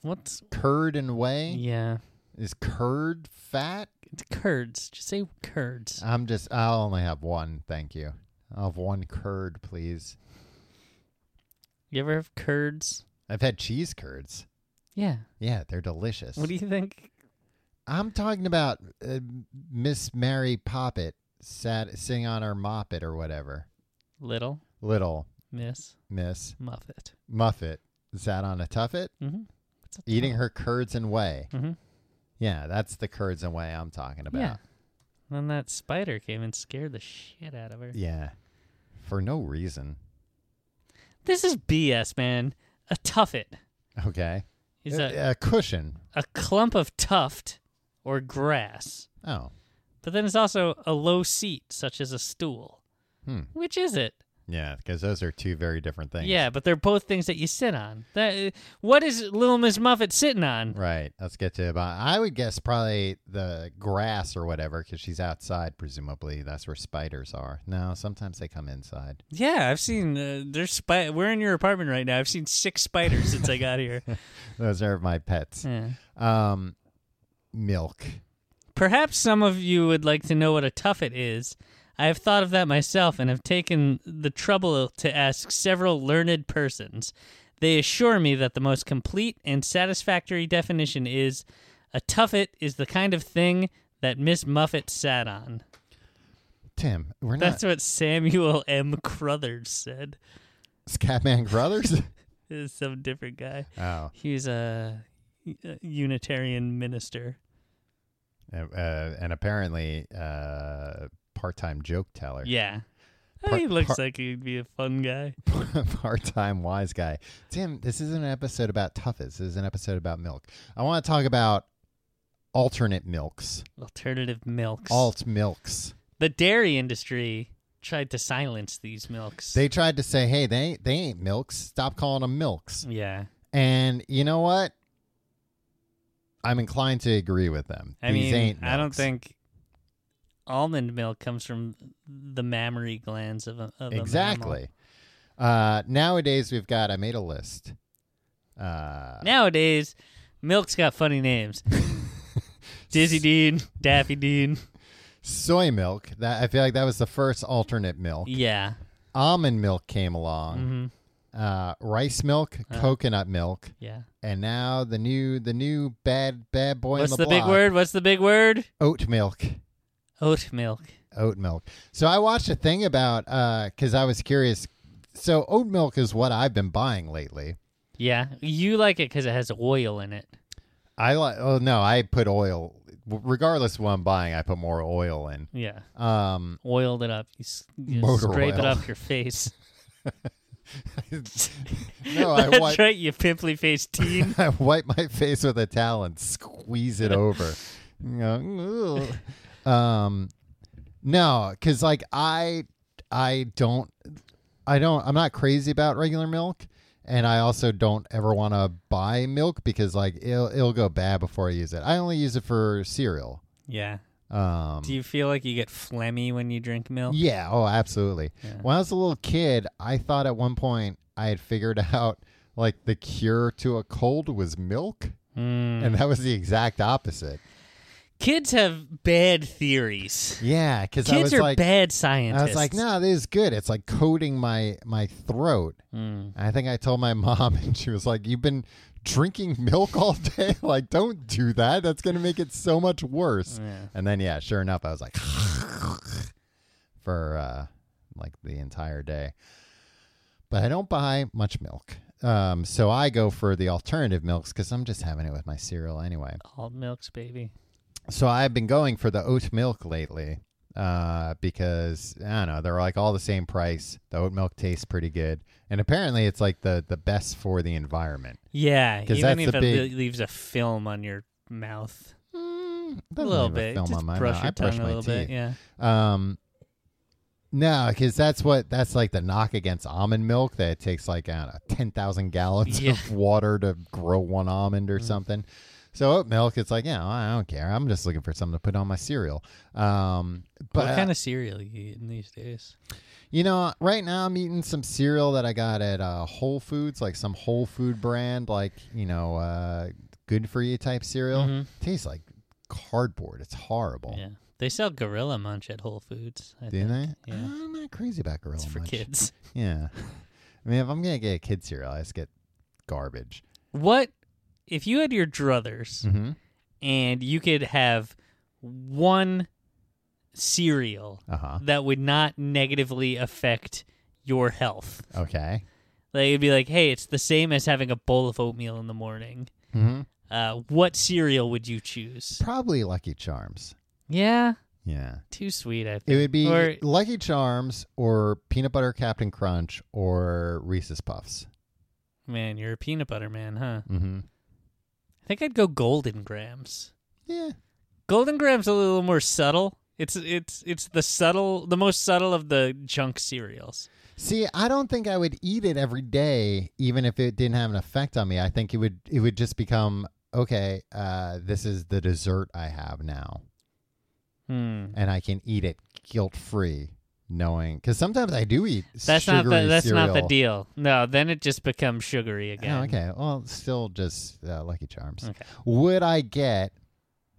What's curd and whey yeah? is curd fat. It's curds. Just say curds. I'm just. I'll only have one. Thank you. I'll have one curd, please. You ever have curds? I've had cheese curds. Yeah. Yeah, they're delicious. What do you think? I'm talking about uh, Miss Mary Poppet sat sing on her moppet or whatever. Little Little Miss Miss Muffet. Muffet sat on a tuffet Mm-hmm. eating her curds and whey. Mm-hmm. Yeah, that's the curds and whey I'm talking about. Yeah. Then that spider came and scared the shit out of her. Yeah. For no reason. This is BS, man. A tuffet Okay. is a, a, a cushion. a clump of tuft or grass, Oh. but then it's also a low seat, such as a stool. Hmm. Which is it? Yeah, because those are two very different things. Yeah, but they're both things that you sit on. That what is Little Miss Muffet sitting on? Right. Let's get to about. I would guess probably the grass or whatever, because she's outside. Presumably, that's where spiders are. No, sometimes they come inside. Yeah, I've seen uh, there's spi- We're in your apartment right now. I've seen six spiders since I got [LAUGHS] here. Those are my pets. Yeah. Um, milk. Perhaps some of you would like to know what a tuffet is. I have thought of that myself and have taken the trouble to ask several learned persons. They assure me that the most complete and satisfactory definition is a tuffet is the kind of thing that Miss Muffet sat on. Tim, we're not That's what Samuel [LAUGHS] M. Crothers said. [LAUGHS] Scatman [LAUGHS] Brothers. This is some different guy. oh, He was a a Unitarian minister. uh, uh, and apparently, uh, part-time joke teller. Yeah. I Par- think he looks par- like he'd be a fun guy. [LAUGHS] part-time wise guy. Tim, this isn't an episode about toughest. This is an episode about milk. I want to talk about alternate milks, Alternative milks. alt milks. the dairy industry tried to silence these milks. They tried to say, "Hey, they ain't, they ain't milks. Stop calling them milks." yeah, And you know what? I'm inclined to agree with them. I These mean, ain't I don't milks. think almond milk comes from the mammary glands of a of A mammal. exactly. Uh, nowadays, we've got. I made a list. Uh, Nowadays, milk's got [LAUGHS] funny names: Dizzy Dean, Daffy Dean. soy milk. That I feel like that was the first alternate milk. Yeah, Almond milk came along. hmm Uh, rice milk, Uh-huh. coconut milk, yeah. and now the new the new bad bad boy. What's on the, the, big block, word? What's the big word? Oat milk. Oat milk. oat milk. So I watched a thing about because I was curious. So oat milk is what I've been buying lately. Yeah, you like it because it has oil in it. I like. Oh no, I put oil. Regardless of what I'm buying, I put more oil in. Yeah, Um, oiled it up. You, s- you Motor scrape it oil. up [LAUGHS] your face. no, Oh, [LAUGHS] I That's wipe. right, you pimply faced teen. I [LAUGHS] wipe my face with a towel and squeeze it over. You know, ugh. um, no, because like I, I don't, I don't, I'm not crazy about regular milk, and I also don't ever want to buy milk because like it'll it'll go bad before I use it. I only use it for cereal. yeah. Um, Do you feel like you get phlegmy when you drink milk? yeah. Oh, absolutely. Yeah. When I was a little kid, I thought at one point I had figured [LAUGHS] out like the cure to a cold was milk. Mm. and that was the exact opposite. Kids have bad theories. Yeah, because I Kids was are like, bad scientists. I was like, no, this is good. It's like coating my my throat. Mm. And I think I told my [LAUGHS] mom, and she was like, "You've been drinking milk all day. [LAUGHS] like, don't do that. That's gonna make it so much worse." Yeah. And then, yeah, sure enough, I was like, [LAUGHS] for uh, like the entire day. But I don't buy much milk. Um, so I go for the alternative milks because I'm just having it with my cereal anyway. All milks, baby. so I've been going for the oat milk lately uh, because I don't know they're like all the same price. The oat milk tastes pretty good, and apparently it's like the the best for the environment. Yeah, 'Cause even that's if the it big- le- leaves a film on your mouth. Mm, a doesn't little leave a bit. film Just on my brush mouth. your I tongue brush a my little teeth. bit. Yeah. Um, no, because that's what that's like the knock against almond milk that it takes like I don't know ten thousand gallons [LAUGHS] Yeah. Mm. of water to grow one almond or something. So oat milk, it's like, yeah, I don't care. I'm just looking for something to put on my cereal. Um, but what kind of cereal you eating these days? you know, right now I'm eating some cereal that I got at uh, Whole Foods, like some Whole Food brand, like you know, uh, good for you type cereal. Mhm. Tastes like cardboard. It's horrible. Yeah, they sell Gorilla Munch at Whole Foods. I Do think. they? Yeah. I'm not crazy about Gorilla It's for Munch. kids. Yeah. I mean, if I'm gonna get a kid cereal, I just get garbage. What if you had your druthers Mm-hmm. and you could have one cereal Uh huh. that would not negatively affect your health? Okay. Like it'd be like, hey, it's the same as having a bowl of oatmeal in the morning. hmm Uh, what cereal would you choose? Probably Lucky Charms. Yeah, Yeah. too sweet. I think It would be Or, Lucky Charms or Peanut Butter Captain Crunch or Reese's Puffs. man, you're a peanut butter man, huh? Mm-hmm. I think I'd go Golden Grams. Yeah. Golden Grams a little more subtle. It's it's it's the subtle, the most subtle of the junk cereals. See, I don't think I would eat it every day, even if it didn't have an effect on me. I think it would it would just become okay. Uh, this is the dessert I have now, Hmm. and I can eat it guilt free, knowing because sometimes I do eat. That's not the sugary that's not the cereal. deal. No, then it just becomes sugary again. Oh, okay. Well, still just uh, Lucky Charms. Okay. Would I get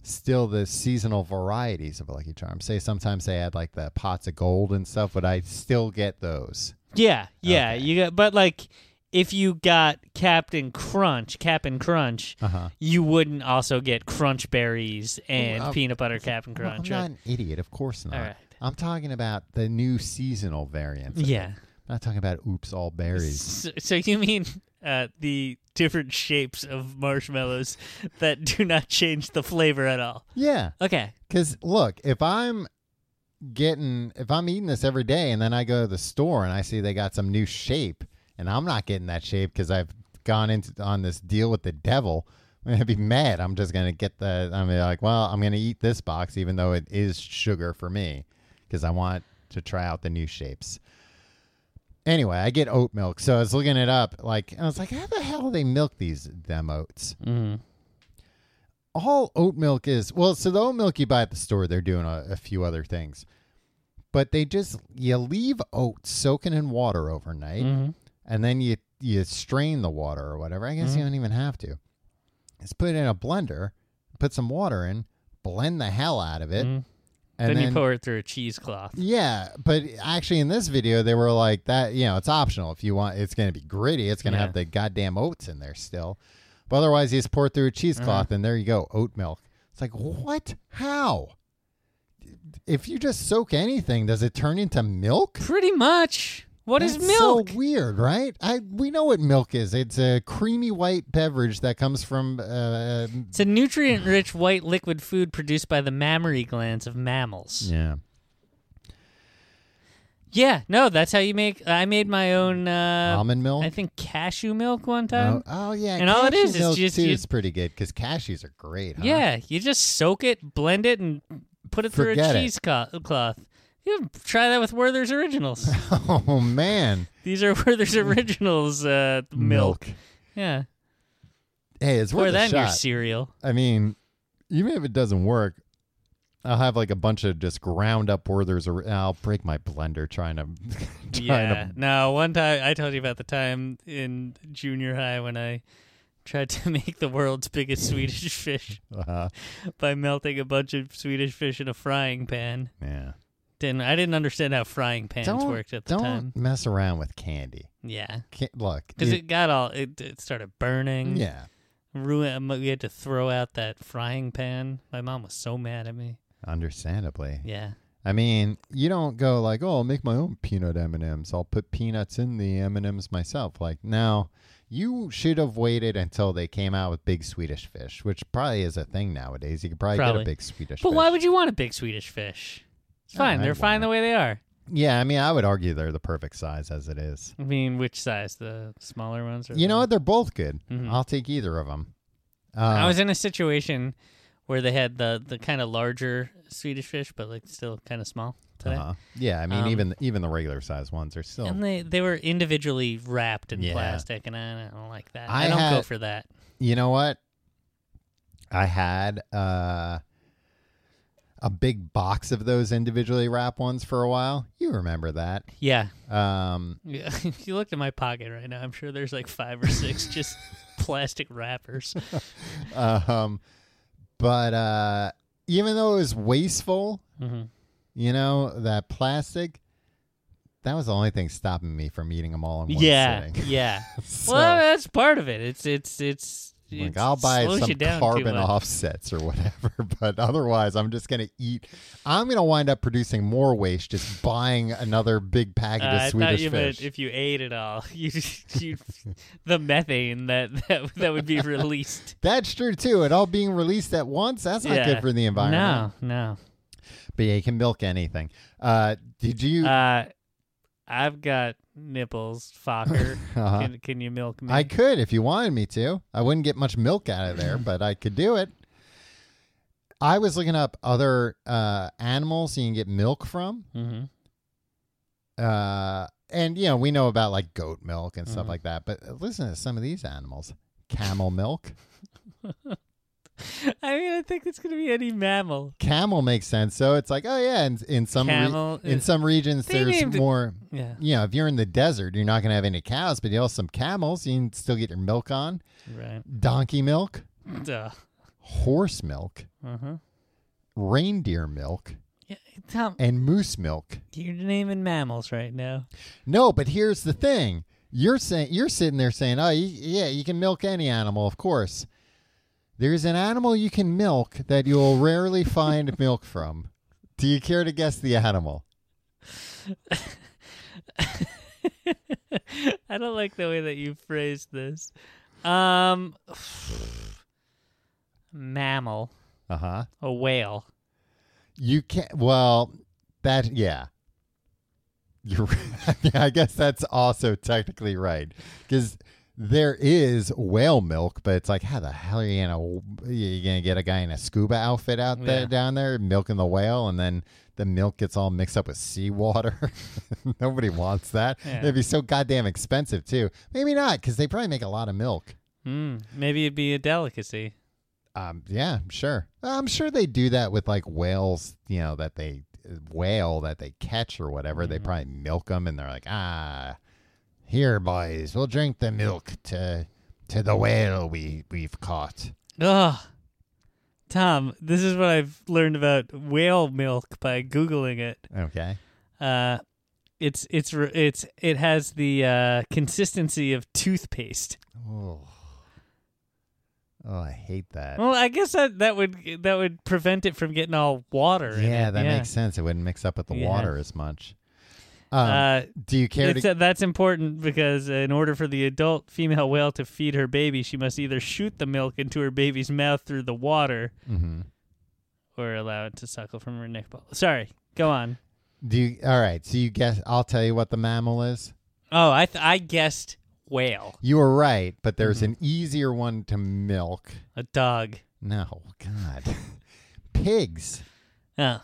still the seasonal varieties of Lucky Charms? Say sometimes they add like the pots of gold and stuff. Would I still get those? Yeah, yeah. Okay. You got, but like, if you got Captain Crunch, Captain Crunch, Uh huh. you wouldn't also get Crunch Berries and Well, peanut butter Captain Crunch. I'm not right? an idiot. Of course not. All right. I'm talking about the new seasonal variants. of Yeah. it. I'm not talking about oops all berries. So, so you mean uh, the different shapes of marshmallows that do not change the flavor at all? Yeah. Okay. Because look, if I'm getting, if I'm eating this every day, and then I go to the store and I see they got some new shape, and I'm not getting that shape because I've gone into on this deal with the devil, I'm gonna be mad. I'm just gonna get the. I'm gonna be like, well, I'm gonna eat this box even though it is sugar for me because I want to try out the new shapes. Anyway, I get oat milk, so I was looking it up. Like, and I was like, how the hell do they milk these them oats? Mm. all oat milk is well so the oat milk you buy at the store they're doing a, a few other things but they just you leave oats soaking in water overnight Mm. Mm-hmm. and then you you strain the water or whatever i guess Mm-hmm. you don't even have to just put it in a blender put some water in blend the hell out of it Mhm. and then, you pour it through a cheesecloth. yeah, but actually in this video they were like that, you know, it's optional if you want it's gonna be gritty, it's gonna Yeah. have the goddamn oats in there still. But otherwise you just pour it through a cheesecloth Mm-hmm. and there you go, oat milk. It's like what? How? If you just soak anything, does it turn into milk? Pretty much. What is That's milk? So weird, right? I we know what milk is. It's a creamy white beverage that comes from uh, It's a nutrient rich white liquid food produced by the mammary glands of mammals. Yeah, yeah. no, that's how you make. I made my own, uh, almond milk. I think, cashew milk one oh, time. oh, yeah, and all it cashew is is milk just too you- is pretty good because cashews are great. Huh? Yeah, you just soak it, blend it, and put it Forget it. through a cheesecloth. You try that with [LAUGHS] Werther's Originals. Oh man, These are Werther's Originals uh, milk. Yeah, Hey, it's pour worth a that in your shot. [LAUGHS] cereal. I mean, even if it doesn't work, I'll have like a bunch of just ground up Werther's. Or I'll break my blender trying to. [LAUGHS] trying Yeah. to No, one time I told you about the time in junior high when I tried to [LAUGHS] make the world's biggest Swedish fish uh, by melting a bunch of Swedish fish in a frying pan. yeah. Didn't I didn't understand how frying pans Don't worked at the don't time. mess around with candy. Yeah. Can, look, Because it, got all it, it started burning. yeah, ruin. um, We had to throw out that frying pan. My mom was so mad at me. understandably. Yeah. I mean, you don't go like, "Oh, I'll make my own peanut M and M's. I'll put peanuts in the M and M's myself." Like, no, you should have waited until they came out with big Swedish fish, which probably is a thing nowadays. You could probably, get Probably. a big Swedish. But fish. why would you want a big Swedish fish? It's Oh, fine. I'd They're want fine the way they are. Yeah, I mean, I would argue they're the perfect size as it is. I mean, which size? The smaller ones? Or You know the- what? They're both good. Mhm. I'll take either of them. Uh, I was in a situation where they had the the kind of larger Swedish fish, but like still kind of small today. uh-huh. Yeah, I mean, Um, even even the regular size ones are still. And they, they were individually wrapped in Yeah. plastic, and I don't like that. I I, don't go had- for that. you know what? I had uh, a big box of those individually wrapped ones for a while. You remember that? Yeah. Um, [LAUGHS] Yeah. [LAUGHS] if you looked at my pocket right now, I'm sure there's like five or [LAUGHS] six just plastic wrappers. um, but uh, even though it was wasteful, hmm you know that plastic. That was the only thing stopping me from eating them all in one Yeah. sitting. [LAUGHS] Yeah. So, Well, that's part of it. It's it's it's. uh, I'm it's like I'll buy slows you some down too carbon much. offsets or whatever, [LAUGHS] but otherwise I'm just gonna eat. I'm gonna wind up producing more waste just buying another big package Uh, of I thought Swedish you meant fish. if you ate it all, [LAUGHS] you [LAUGHS] you the methane that [LAUGHS] that, that would be released. That's true too. It all being released at once, that's not Yeah. good for the environment. No, no. But yeah, you can milk anything. Uh, did you? Uh, I've got nipples, Fokker. [LAUGHS] [LAUGHS] Uh-huh. Can can you milk me? I [LAUGHS] could if you wanted me to. I wouldn't get much milk out of there, but I could do it. I was looking up other uh, animals you can get milk from. hmm Uh, and, you know, we know about like goat milk and stuff Mhm. like that. But uh, listen to some of these animals camel milk. I mean, I think it's gonna be any mammal. Camel makes sense. So it's like, oh, yeah, in, in some re- Camel in is- some regions, They there's named it- more. Yeah, You know, if you're in the desert, you're not going to have any cows, but you also some camels. You can still get your milk on. right. Donkey milk, Duh. horse milk, Uh-huh. reindeer milk. Yeah, Tom, and moose milk. you're naming mammals right now. No, but here's the thing: you're saying you're sitting there saying, "Oh, you, yeah, you can milk any animal, of course." There's an animal you can milk that you'll rarely find milk from. Do you care to guess the animal? [LAUGHS] I don't like the way that you phrased this. Um, mammal, Uh huh. a whale. You can. Well, that yeah. You're. [LAUGHS] yeah, I guess that's also technically right because there is whale milk, but it's like how the hell are you gonna you gonna get a guy in a scuba outfit out there Yeah. down there milking the whale, and then the milk gets all mixed up with seawater. [LAUGHS] Nobody wants that. Yeah. It'd be so goddamn expensive too. Maybe not because they probably make a lot of milk. Mm, maybe it'd be a delicacy. Um, yeah, sure. I'm sure they do that with like whales, you know, that they whale that they catch or whatever. They Mm-hmm. probably milk them, and they're like, ah, here, boys, we'll drink the milk to to the whale we we've caught. Ugh. Tom, this is what I've learned about whale milk by googling it. Okay. Uh, it's it's re- it's it has the uh, consistency of toothpaste. Oh, oh, I hate that. Well, I guess that, that would that would prevent it from getting all water. in yeah, it. that makes sense. It wouldn't mix up with the Yeah. water as much. Um, Uh, do you care to? It's, uh, that's important because in order for the adult female whale to feed her baby, she must either shoot the milk into her baby's mouth through the water Mhm. or allow it to suckle from her neck bowl. Sorry, go on. Do you? All right. So you guess? I'll tell you what the mammal is. Oh, I th- I guessed whale, You were right, but there's an easier one to milk. a dog. No, God. [LAUGHS] Pigs. Oh,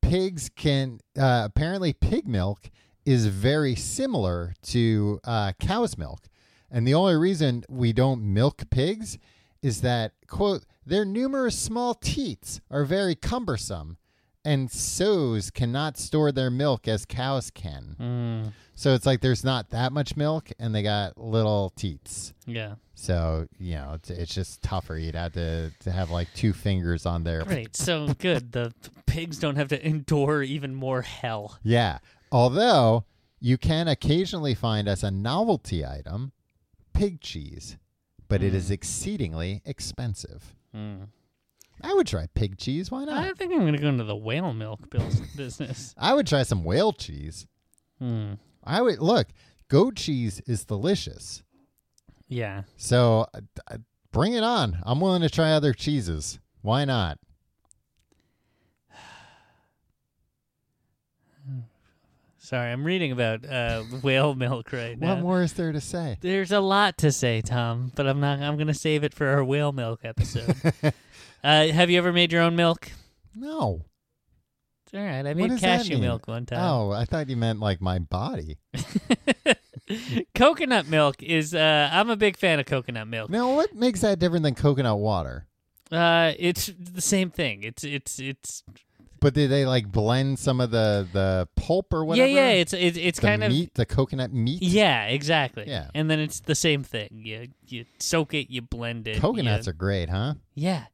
Pigs can, uh, apparently, pig milk is very similar to uh, cow's milk. And the only reason we don't milk pigs is that, quote, their numerous small teats are very cumbersome, and sows cannot store their milk as cows can. mm, So it's like there's not that much milk, and they got little teats. yeah. So you know, it's, it's just tougher. You'd have to, to have like two fingers on there. Great. So good. The pigs don't have to endure even more hell. Yeah. Although you can occasionally find as a novelty item pig cheese, but it Hmm. is exceedingly expensive. Mm. I would try pig cheese. Why I not? think I'm going to go into the whale milk bills [LAUGHS] business. I would try some whale cheese. Mm. I would look. Goat cheese is delicious. Yeah. So uh, uh, bring it on. I'm willing to try other cheeses. Why not? Sorry, I'm reading about uh, whale milk right now. What more is there to say? There's a lot to say, Tom, but I'm not. I'm gonna save it for our whale milk [LAUGHS] episode. uh, have you ever made your own milk? No. It's All right, I What made does that cashew mean? milk one time. Oh, I thought you meant like my body. coconut milk is. Uh, I'm a big fan of coconut milk. Now, what makes that different than coconut water? Uh, it's the same thing. It's it's it's But do they like blend some of the the pulp or whatever? yeah yeah. It's it's it's the kind of meat, the coconut meat. yeah exactly. Yeah. And then it's the same thing. You you soak it, you blend it. Coconuts you, are great, huh? yeah.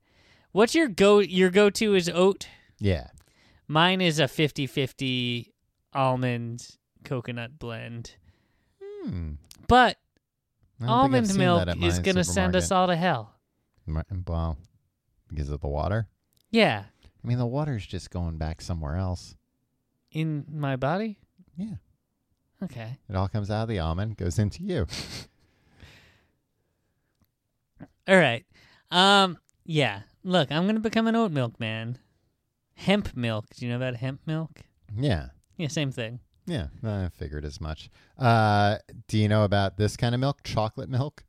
What's your go? Your go to is oat. Yeah. Mine is a 50-50 almond coconut blend, Hmm. I don't but think I've almond seen milk that at my is gonna send us supermarket. all to hell. Mi- Well, because of the water. Yeah, I mean, the water's just going back somewhere else. in my body. Yeah. Okay. It all comes out of the almond, goes into you. All right. Um. Yeah. Look, I'm gonna become an oat milk man. Hemp milk. Do you know about hemp milk? Yeah. Yeah, same thing. Yeah. I figured as much. Uh, do you know about this kind of milk? Chocolate milk?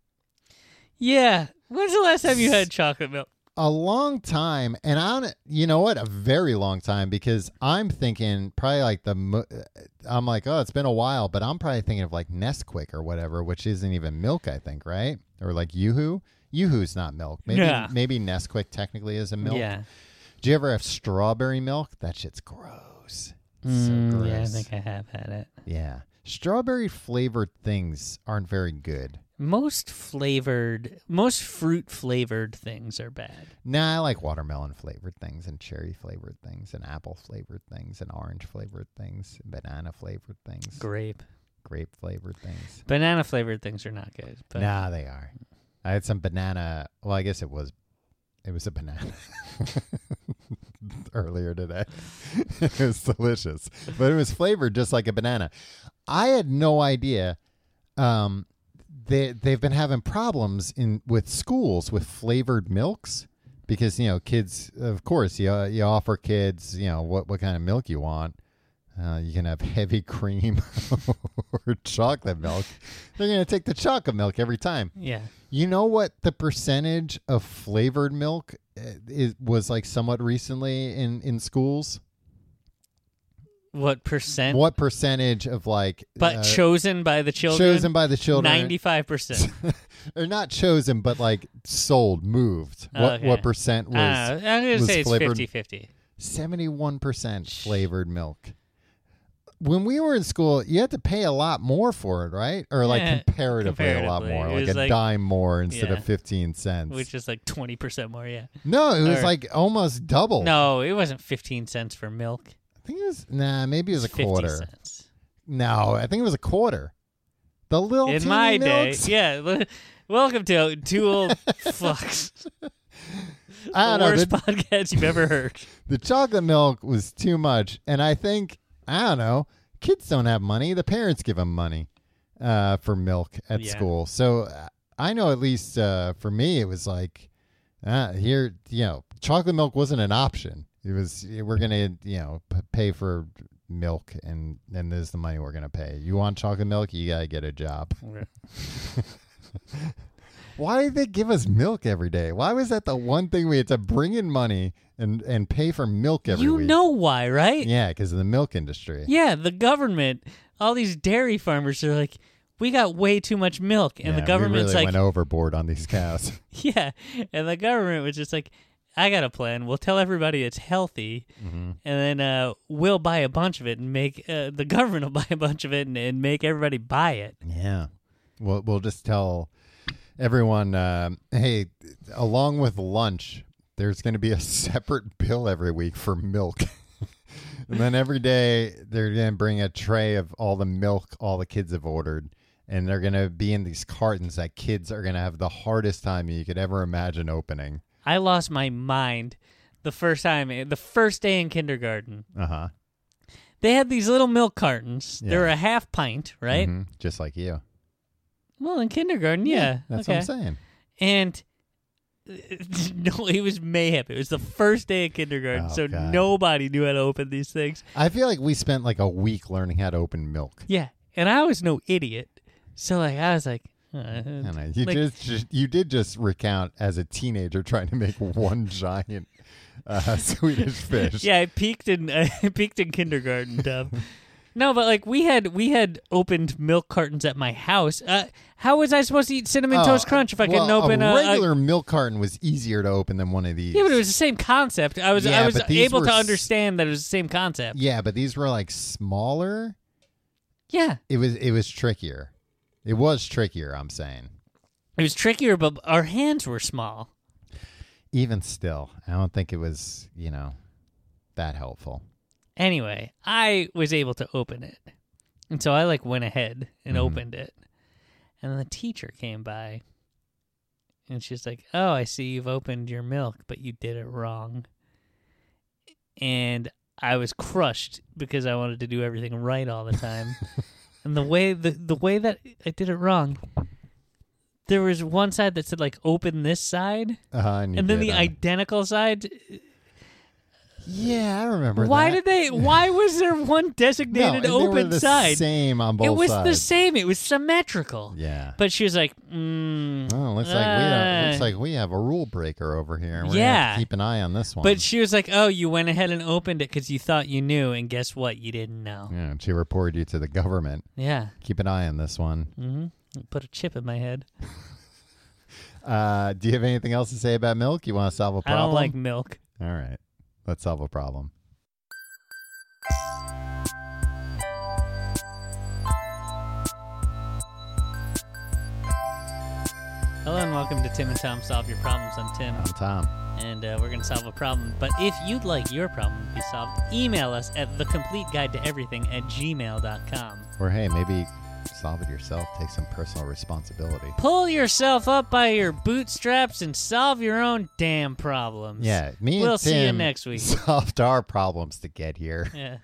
Yeah. When's the last time you had chocolate milk? A long time. And I don't, you know what? A very long time because I'm thinking probably like the, mo- I'm like, oh, it's been a while, but I'm probably thinking of like Nesquik or whatever, which isn't even milk, I think, right? Or like Yoo-Hoo. Yoo-Hoo's not milk. Maybe, Yeah. maybe Nesquik technically is a milk. Yeah. Do you ever have strawberry milk? That shit's gross. It's Mm, so gross. yeah, I think I have had it. Yeah. Strawberry flavored things aren't very good. Most flavored, most fruit flavored things are bad. Nah, I like watermelon flavored things and cherry flavored things and apple flavored things and orange flavored things, banana flavored things, Grape, grape flavored things. banana flavored things are not good. But nah, they are. I had some banana. Well, I guess it was it was a banana [LAUGHS] earlier today. [LAUGHS] it was delicious, but it was flavored just like a banana. I had no idea. Um, they they've been having problems in with schools with flavored milks because you know kids. Of course, you you offer kids you know what what kind of milk you want. Uh, you can have heavy [LAUGHS] cream or chocolate milk. They're going to take the chocolate milk every time. yeah, You know what the percentage of flavored milk uh, is, was like somewhat recently in in schools? what percent? what percentage of like But uh, chosen by the children. chosen by the children Ninety-five [LAUGHS] percent. or not chosen but like sold moved Oh, what okay. Uh, what percent was I'm gonna was say it's flavored. 50-50. 71% flavored milk when we were in school you had to pay a lot more for it right or like Yeah, comparatively, a lot Eh, comparatively. more It like a was like- dime more instead Yeah. of 15 cents which is like 20% more yeah no it was or- like almost double no it wasn't 15 cents for milk i think it was nah maybe it was a 50 quarter cents. no i think it was a quarter the little in teeny my milks? day [LAUGHS] yeah l- welcome to two [LAUGHS] old fucks I the don't know. worst the- podcast you've ever heard the chocolate milk was too much and i think i don't know kids don't have money the parents give them money uh, for milk at Yeah. school so uh, i know at least uh, for me it was like uh, here you know chocolate milk wasn't an option it was we're gonna you know p- pay for milk and and this is the money we're gonna pay you want chocolate milk you gotta get a job why did they give us milk every day why was that the one thing we had to bring in money and and pay for milk [LAUGHS] every you week know why [LAUGHS] right yeah, because of the milk industry. Yeah, the government all these dairy farmers are like we got way too much milk and Yeah, the government's we really like went overboard on these cows. [LAUGHS] yeah and the government was just like i got a plan we'll tell everybody it's healthy Mm-hmm. and then uh, we'll buy a bunch of it and make uh, [LAUGHS] the government will buy a bunch of it and, and make everybody buy it yeah, we'll we'll just tell everyone, um, hey, along with lunch, there's going to be a separate bill every week for milk. [LAUGHS] and then every day they're going to bring a tray of all the milk all the kids have ordered. And they're going to be in these cartons that kids are going to have the hardest time you could ever imagine opening. i lost my mind the first time eh, the first day in kindergarten Uh huh. they had these little milk cartons they Yeah. were a half pint right Mm-hmm. Just like you. well in kindergarten yeah, Mm-hmm. That's okay. what I'm saying. and [LAUGHS] no, it was mayhem. It was the first day of kindergarten, Oh, so God. nobody knew how to open these things. I feel like we spent like a week learning how to open milk. Yeah, and I was no idiot, so like I was like, uh, I know. You like, just, just you did just recount as a teenager trying to make [LAUGHS] one giant [LAUGHS] uh, [LAUGHS] Swedish fish. yeah, I peaked in I peaked in kindergarten, Dub, [LAUGHS] No, but like we had we had opened milk cartons at my house. Uh, how was I supposed to eat cinnamon toast Oh, crunch if I well, couldn't open a a, a- regular milk carton was easier to open than one of these. Yeah, but it was the same concept. I was Yeah, I was but these able were to s- understand that it was the same concept. Yeah, but these were like smaller. Yeah, It was it was trickier. It was trickier. I'm saying. it was trickier, but our hands were small. Even still, I don't think it was you know that helpful. Anyway, I was able to open it, and so I like went ahead and Mhm. opened it, and then the teacher came by, and she's like, "Oh, I see you've opened your milk, but you did it wrong," and I was crushed because I wanted to do everything right all [LAUGHS] the time, and the way the the way that I did it wrong. There was one side that said like open this side, Uh, you and did, then the uh, identical side yeah, I remember. why that. did they? Why was there one no, designated and they were open the side? Same on both it was sides. the same. It was symmetrical. Yeah. But she was like, mm. Oh, looks like we don't, looks uh, like we have a rule breaker over here. and We're gonna have Yeah. to keep an eye on this one. But she was like, oh, you went ahead and opened it because you thought you knew, and guess what? You didn't know. yeah, and she reported you to the government. Yeah. Keep an eye on this one. hmm Put a chip in my head. Uh, do you have anything else to say about milk? You want to solve a I problem? don't like milk. All right, let's solve a problem. Hello and welcome to Tim and Tom Solve Your Problems. I'm Tim, I'm Tom. and uh, we're going to solve a problem. But if you'd like your problem to be solved, email us at thecompleteguidetoeverything at gmail.com. Or hey, maybe solve it yourself. Take some personal responsibility. Pull yourself up by your bootstraps and solve your own damn problems. Yeah, me We'll and see Tim you next [LAUGHS] week. solved our problems to get here. Yeah.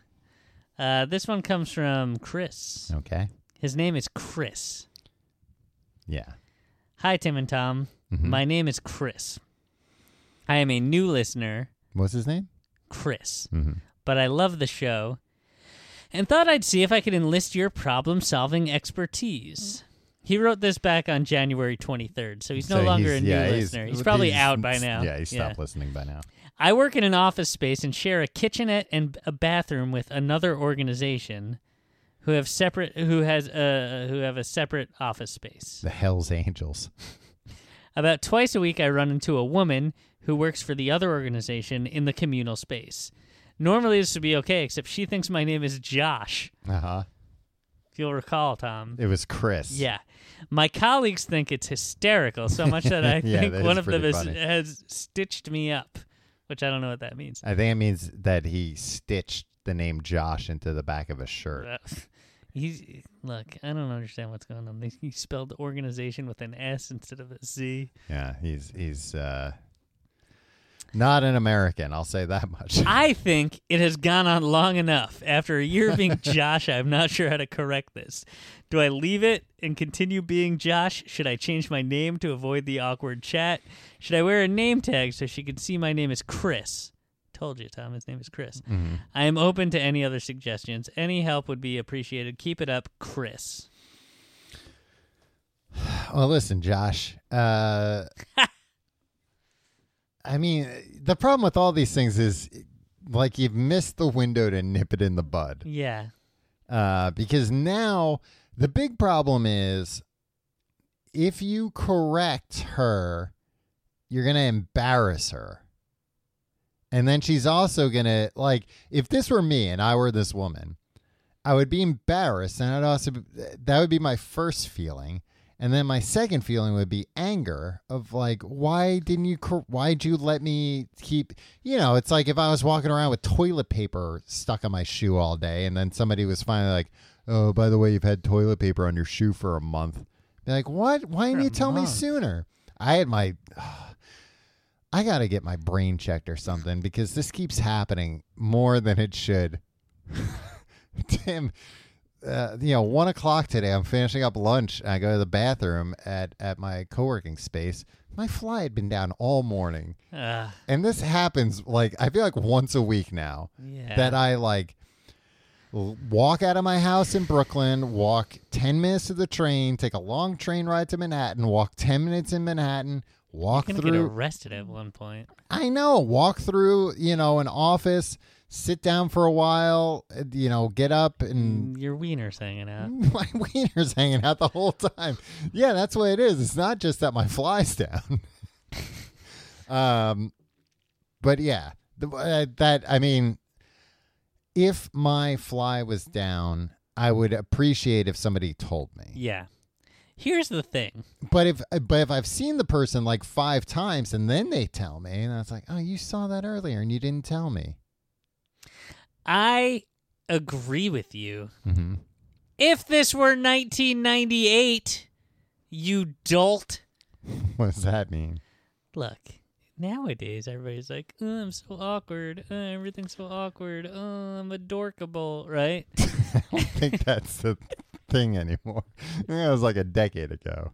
Uh, this one comes from Chris. Okay. His name is Chris. Yeah. Hi, Tim and Tom. Mm-hmm. My name is Chris. I am a new listener, What's his name? Chris, Mhm. but I love the show and thought I'd see if I could enlist your problem solving expertise. He wrote this back on January 23rd, so he's no So longer he's- a new yeah, listener. He's, probably out by now. Yeah, he stopped listening by now. I work in an office space and share a kitchenette and a bathroom with another organization who have separate who has a who have a separate office space. The Hell's Angels. About twice a week I run into a woman who works for the other organization in the communal space. Normally this would be okay except she thinks my name is Josh. Uh huh. If you'll recall, Tom. It was Chris. Uh-huh. Yeah. My colleagues think it's hysterical so much that I [LAUGHS] Yeah, think that is one of them pretty has, funny. has stitched me up, which I don't know what that means. I think it means that he stitched the name Josh into the back of a shirt. Uh, He's look. I don't understand what's going on. They- He spelled organization with an S instead of a Z. Yeah, he's he's uh, not an American. I'll say that much. I think it has gone on long enough. After a year of being Josh, I'm not sure how to correct this. Do I leave it and continue being Josh? Should I change my name to avoid the awkward chat? Should I wear a name tag so she can see my name is Chris? Told you, Tom. His name is Chris. I am open to any other suggestions. Any help would be appreciated. Keep it up, Chris. [LAUGHS] Well, listen, Josh. Uh, [LAUGHS] I mean, the problem with all these things is, like, you've missed the window to nip it in the bud. Yeah. Uh, because now the big problem is if you correct her, you're going to embarrass her. And then she's also going to, like, if this were me and I were this woman, I would be embarrassed. And I'd also, be- that would be my first feeling. And then my second feeling would be anger of like, why didn't you, cor- why'd you let me keep, you know, it's like if I was walking around with toilet paper stuck on my shoe all day and then somebody was finally like, oh, by the way, you've had toilet paper on your shoe for a month. Be like, what? Why didn't For you a tell me month. sooner? I had my, [SIGHS] I got to get my brain checked or something because this keeps happening more than it should. [LAUGHS] Tim, uh, you know, one o'clock today, I'm finishing up lunch. And I go to the bathroom at, at my co working space. My fly had been down all morning. Uh, And this happens like, I feel like once a week now yeah. that I like, l- walk out of my house in Brooklyn, walk 10 minutes to the train, take a long train ride to Manhattan, walk 10 minutes in Manhattan, walk You're gonna through. get arrested at one point. I know. Walk through, you know, an office, sit down for a while, uh, you know, get up and Your wiener's hanging [LAUGHS] out. my wiener's hanging out the whole time. Yeah, that's what it is. It's not just that my fly's [LAUGHS] down. um, but yeah, the, uh, that I mean, if my fly was down, I would appreciate if somebody told me. Yeah. Here's the thing. But if but if I've seen the person like five times and then they tell me, and I was like, oh, you saw that earlier and you didn't tell me. [LAUGHS] I agree with you. hmm If this were 1998, you dolt. What does that mean? Look, nowadays everybody's like, oh, I'm so awkward. Uh, everything's so awkward. Oh, I'm adorkable, right? [LAUGHS] I don't think that's the thing anymore. [LAUGHS] It was like a decade ago.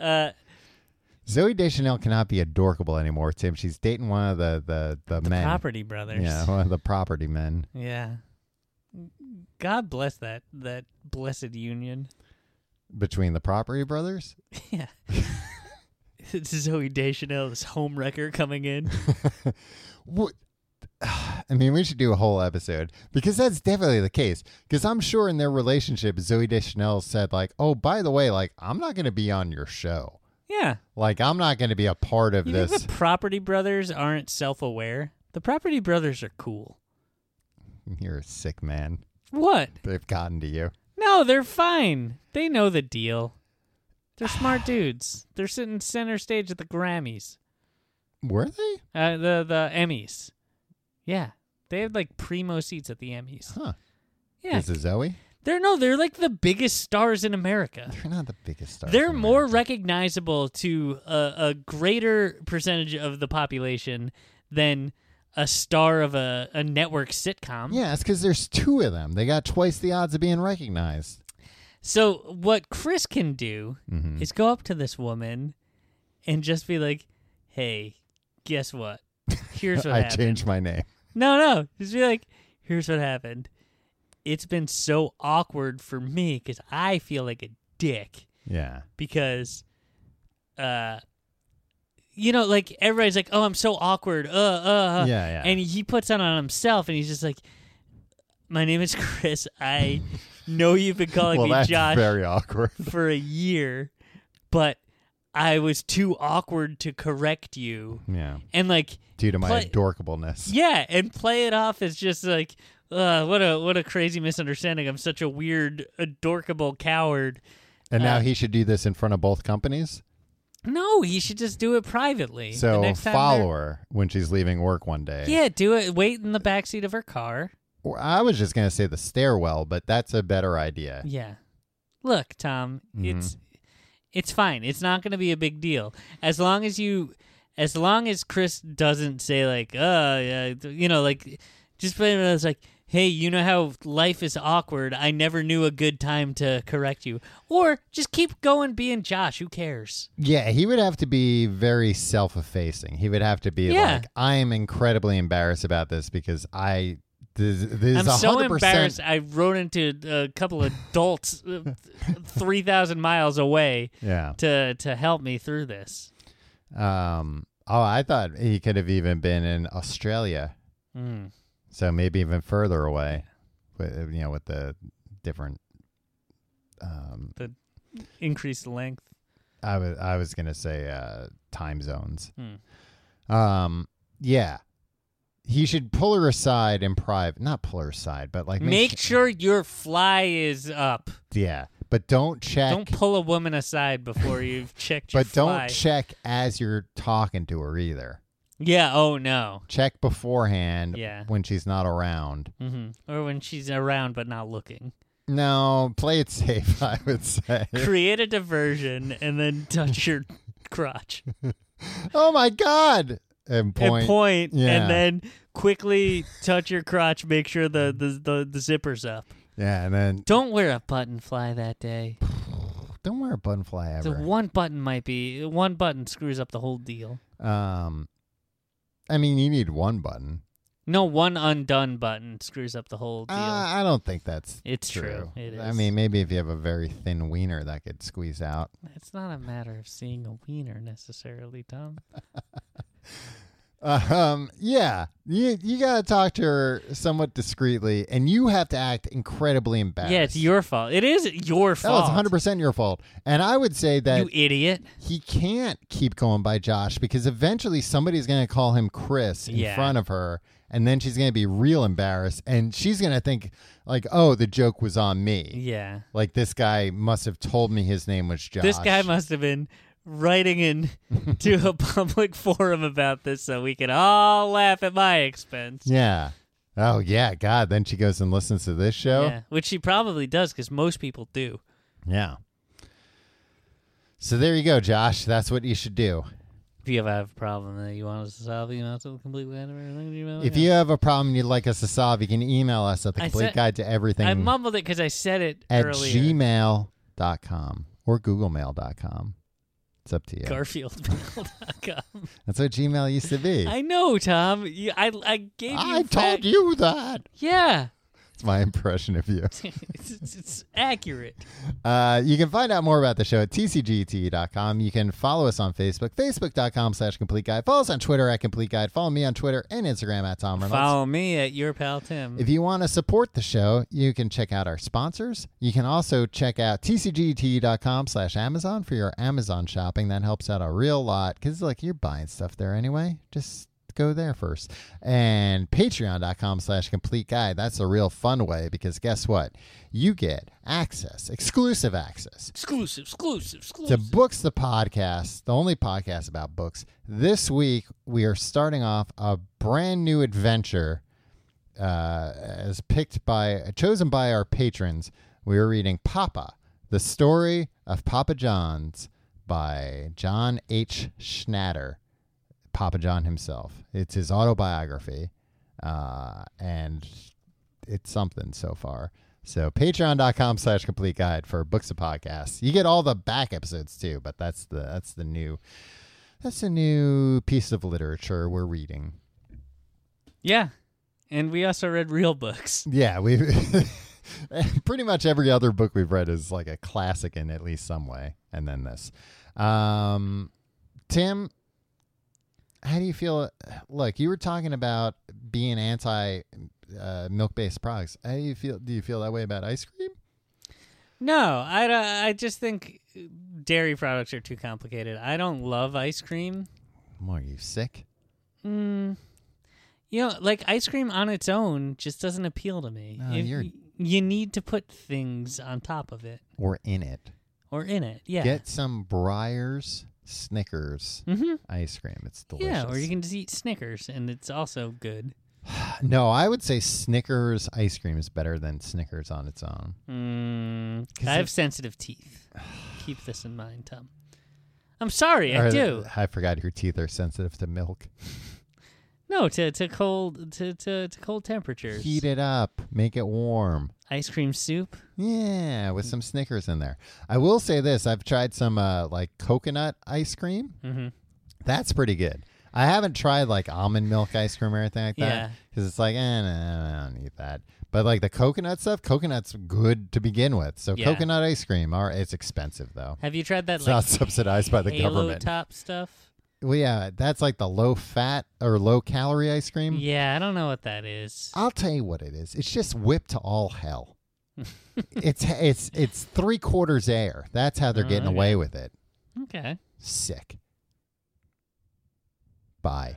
Uh, Zoe Deschanel cannot be adorkable anymore, Tim. She's dating one of the the the, men. Property Brothers. Yeah, one of the property men. Yeah. God bless that that blessed union. Between the property brothers? Yeah. it's [LAUGHS] Zoe Deschanel, this homewrecker coming in. What? [SIGHS] I mean, we should do a whole episode because that's definitely the case. Because I'm sure in their relationship, Zoe Deschanel said, like, oh, by the way, like, I'm not going to be on your show. [LAUGHS] Yeah. Like, I'm not going to be a part of You this. [LAUGHS] think the Property Brothers aren't self aware? The Property Brothers are cool. You're a sick man. What? They've gotten to you. No, they're fine. They know the deal. [SIGHS] They're smart dudes. They're sitting center stage at the Grammys, Were they? uh, the the Emmys. Yeah, they had like primo seats at the Emmys. Huh. Yeah, Is it Zoe? they're no, they're like the biggest stars in America. They're not the biggest stars. They're in more America. recognizable to a, a greater percentage of the population than a star of a, a network sitcom. Yeah, it's because there's two of them. They got twice the odds of being recognized. So what Chris can do Mm-hmm. is go up to this woman and just be like, "Hey, guess what? [LAUGHS] Here's what I happened." changed my name. No, no, just be like, "Here's what happened. It's been so awkward for me because I feel like a dick Yeah. because, uh, you know, like everybody's like, oh, I'm so awkward, uh, uh, uh. Yeah, yeah. and he puts that on himself, and he's just like." My name is [LAUGHS] Chris. I know you've been calling well, me that's Josh very [LAUGHS] awkward. [LAUGHS] for a year, but I was too awkward to correct you. Yeah. And like, Due to my Play- adorkableness. yeah, and play it off as just like, uh, what a what a crazy misunderstanding. I'm such a weird, adorkable coward. And now he should do this in front of both companies. No, he should just do it privately. The So next time follow her when she's leaving work one day. they're- Yeah, do it. Wait in the backseat of her car. Or- I was just gonna say the stairwell, but that's a better idea. Yeah. Look, Tom, it's it's fine. It's not going to be a big deal as long as you as long as Chris doesn't say like, "Uh, yeah," you know, like just play it as like, "Hey, you know how life is awkward. I never knew a good time to correct you." Or just keep going being Josh, who cares? Yeah, he would have to be very self effacing. He would have to be Yeah. like, I am incredibly embarrassed about this because I this, this I'm is so 100% embarrassed. I rode into a couple of adults uh, 3000 miles away Yeah. to to help me through this. Um oh I thought he could have even been in Australia. Mm. So maybe even further away. With uh, you know, with the different um Increased length. I was I was gonna say uh time zones. Hmm. Um yeah. He should pull her aside in private not pull her aside, but like Make sure your fly is up. Yeah. But don't check Don't pull a woman aside [LAUGHS] before you've checked your But don't fly. check as you're talking to her either. yeah. Oh no. Check beforehand Yeah. when she's not around. hmm Or when she's around but [LAUGHS] not looking. No, play it safe, [LAUGHS] I would say. Create a diversion and then [LAUGHS] touch your crotch. oh my god. And And point. point, Yeah. and then quickly touch your crotch. Make sure the the, the the zipper's up. Yeah, and then Don't wear a button fly that day. don't wear a button fly So ever. one button might be one button screws up the whole deal. um I mean, you need one button. No one undone button screws up the whole deal. Uh, I don't think that's It's true. true. It I is. mean, maybe if you have a very thin wiener, that could squeeze out. it's not a matter of seeing a wiener necessarily, Tom. Um, yeah, you you gotta talk to her somewhat discreetly, and you have to act incredibly embarrassed. Yeah, it's your fault. It is That your was fault. 100 percent your fault. And I would say that You idiot. he can't keep going by Josh because eventually somebody's going to call him Chris in Yeah. front of her, and then she's going to be real embarrassed, and she's going to think like, "Oh, the joke was on me. Yeah. Like this guy must have told me his name was Josh." This guy must have been [LAUGHS] writing in to a public [LAUGHS] forum about this so we can all laugh at my expense. Yeah. Oh yeah, God. Then she goes and listens to this show. Yeah, which she probably does because most people do. Yeah. So there you go, Josh. That's what you should do. If you ever have a problem that you want us to solve, you know, it's completely out of everything. You know, If you have a problem you'd like us to solve, you can email us at the I complete said- guide to everything I mumbled it because I said it at earlier. gmail.com or googlemail.com. It's up to you. [LAUGHS] Garfieldmail.com. That's what Gmail used to be. [LAUGHS] I know, Tom. You, I I gave you. I fact- told you that. Yeah, [LAUGHS] It's my impression of you. it's, it's, it's accurate. Uh, you can find out more about the show at tcgt.com. You can follow us on Facebook, facebook.com slash complete guide. Follow us on Twitter at complete guide. Follow me on Twitter and Instagram at Tom Reynolds. Follow me at your pal Tim. If you want to support the show, you can check out our sponsors. You can also check out tcgt.com slash Amazon for your Amazon shopping. That helps out a real lot because, like, you're buying stuff there anyway. Just go there first. And patreon.com slash complete guide. That's a real fun way because guess what? You get access, exclusive access exclusive, exclusive, to exclusive. Books the Podcast, the only podcast about books. This week, we are starting off a brand new adventure uh, as picked by, chosen by our patrons. We are reading Papa, the story of Papa John's by John H. Schnatter, Papa John himself. It's his autobiography, uh, and it's something so far. So patreon.com slash complete guide for books of podcasts. You get all the back episodes too, but that's the that's the new that's a new piece of literature we're reading. yeah, and we also read real books. Yeah, we [LAUGHS] pretty much every other book we've read is like a classic in at least some way, and then this. Um, Tim, how do you feel? Look, you were talking about being anti uh, milk-based products. How do you feel? Do you feel that way about ice cream? No, I, don't- I just think dairy products are too complicated. I don't love ice cream. Well, Are you sick? Mm, you know, like ice cream on its own just doesn't appeal to me. No, If- you're- you need to put things on top of it Or in it? or in it. Yeah. Get some Briars Snickers hmm ice cream. It's delicious. Uh, Yeah, or you can just eat Snickers and it's also good. No, I would say Snickers ice cream is better than Snickers on its own. Mm, 'Cause I have it- sensitive teeth. Keep this in mind, Tom. I'm sorry, Or- I do. I forgot your teeth are sensitive to milk. No, to, to cold to, to, to cold temperatures. Heat it up, make it warm. Ice cream soup. Yeah, Mm. with some Snickers in there. I will say this: I've tried some uh, like coconut ice cream. Mm-hmm. That's pretty good. I haven't tried like almond milk ice cream or anything like that Yeah. because it's like, eh, no, no, no, I don't need that. But like the coconut stuff, coconut's good to begin with. So Yeah. coconut ice cream, are it's expensive though. Have you tried that It's like not [LAUGHS] subsidized by the Halo government. top stuff? well, yeah, that's like the low fat or low calorie ice cream. Yeah, I don't know what that is. I'll tell you what it is. It's just whipped to all hell. it's it's it's three quarters air. That's how they're Oh, getting okay. away with it. Okay. Sick. Bye.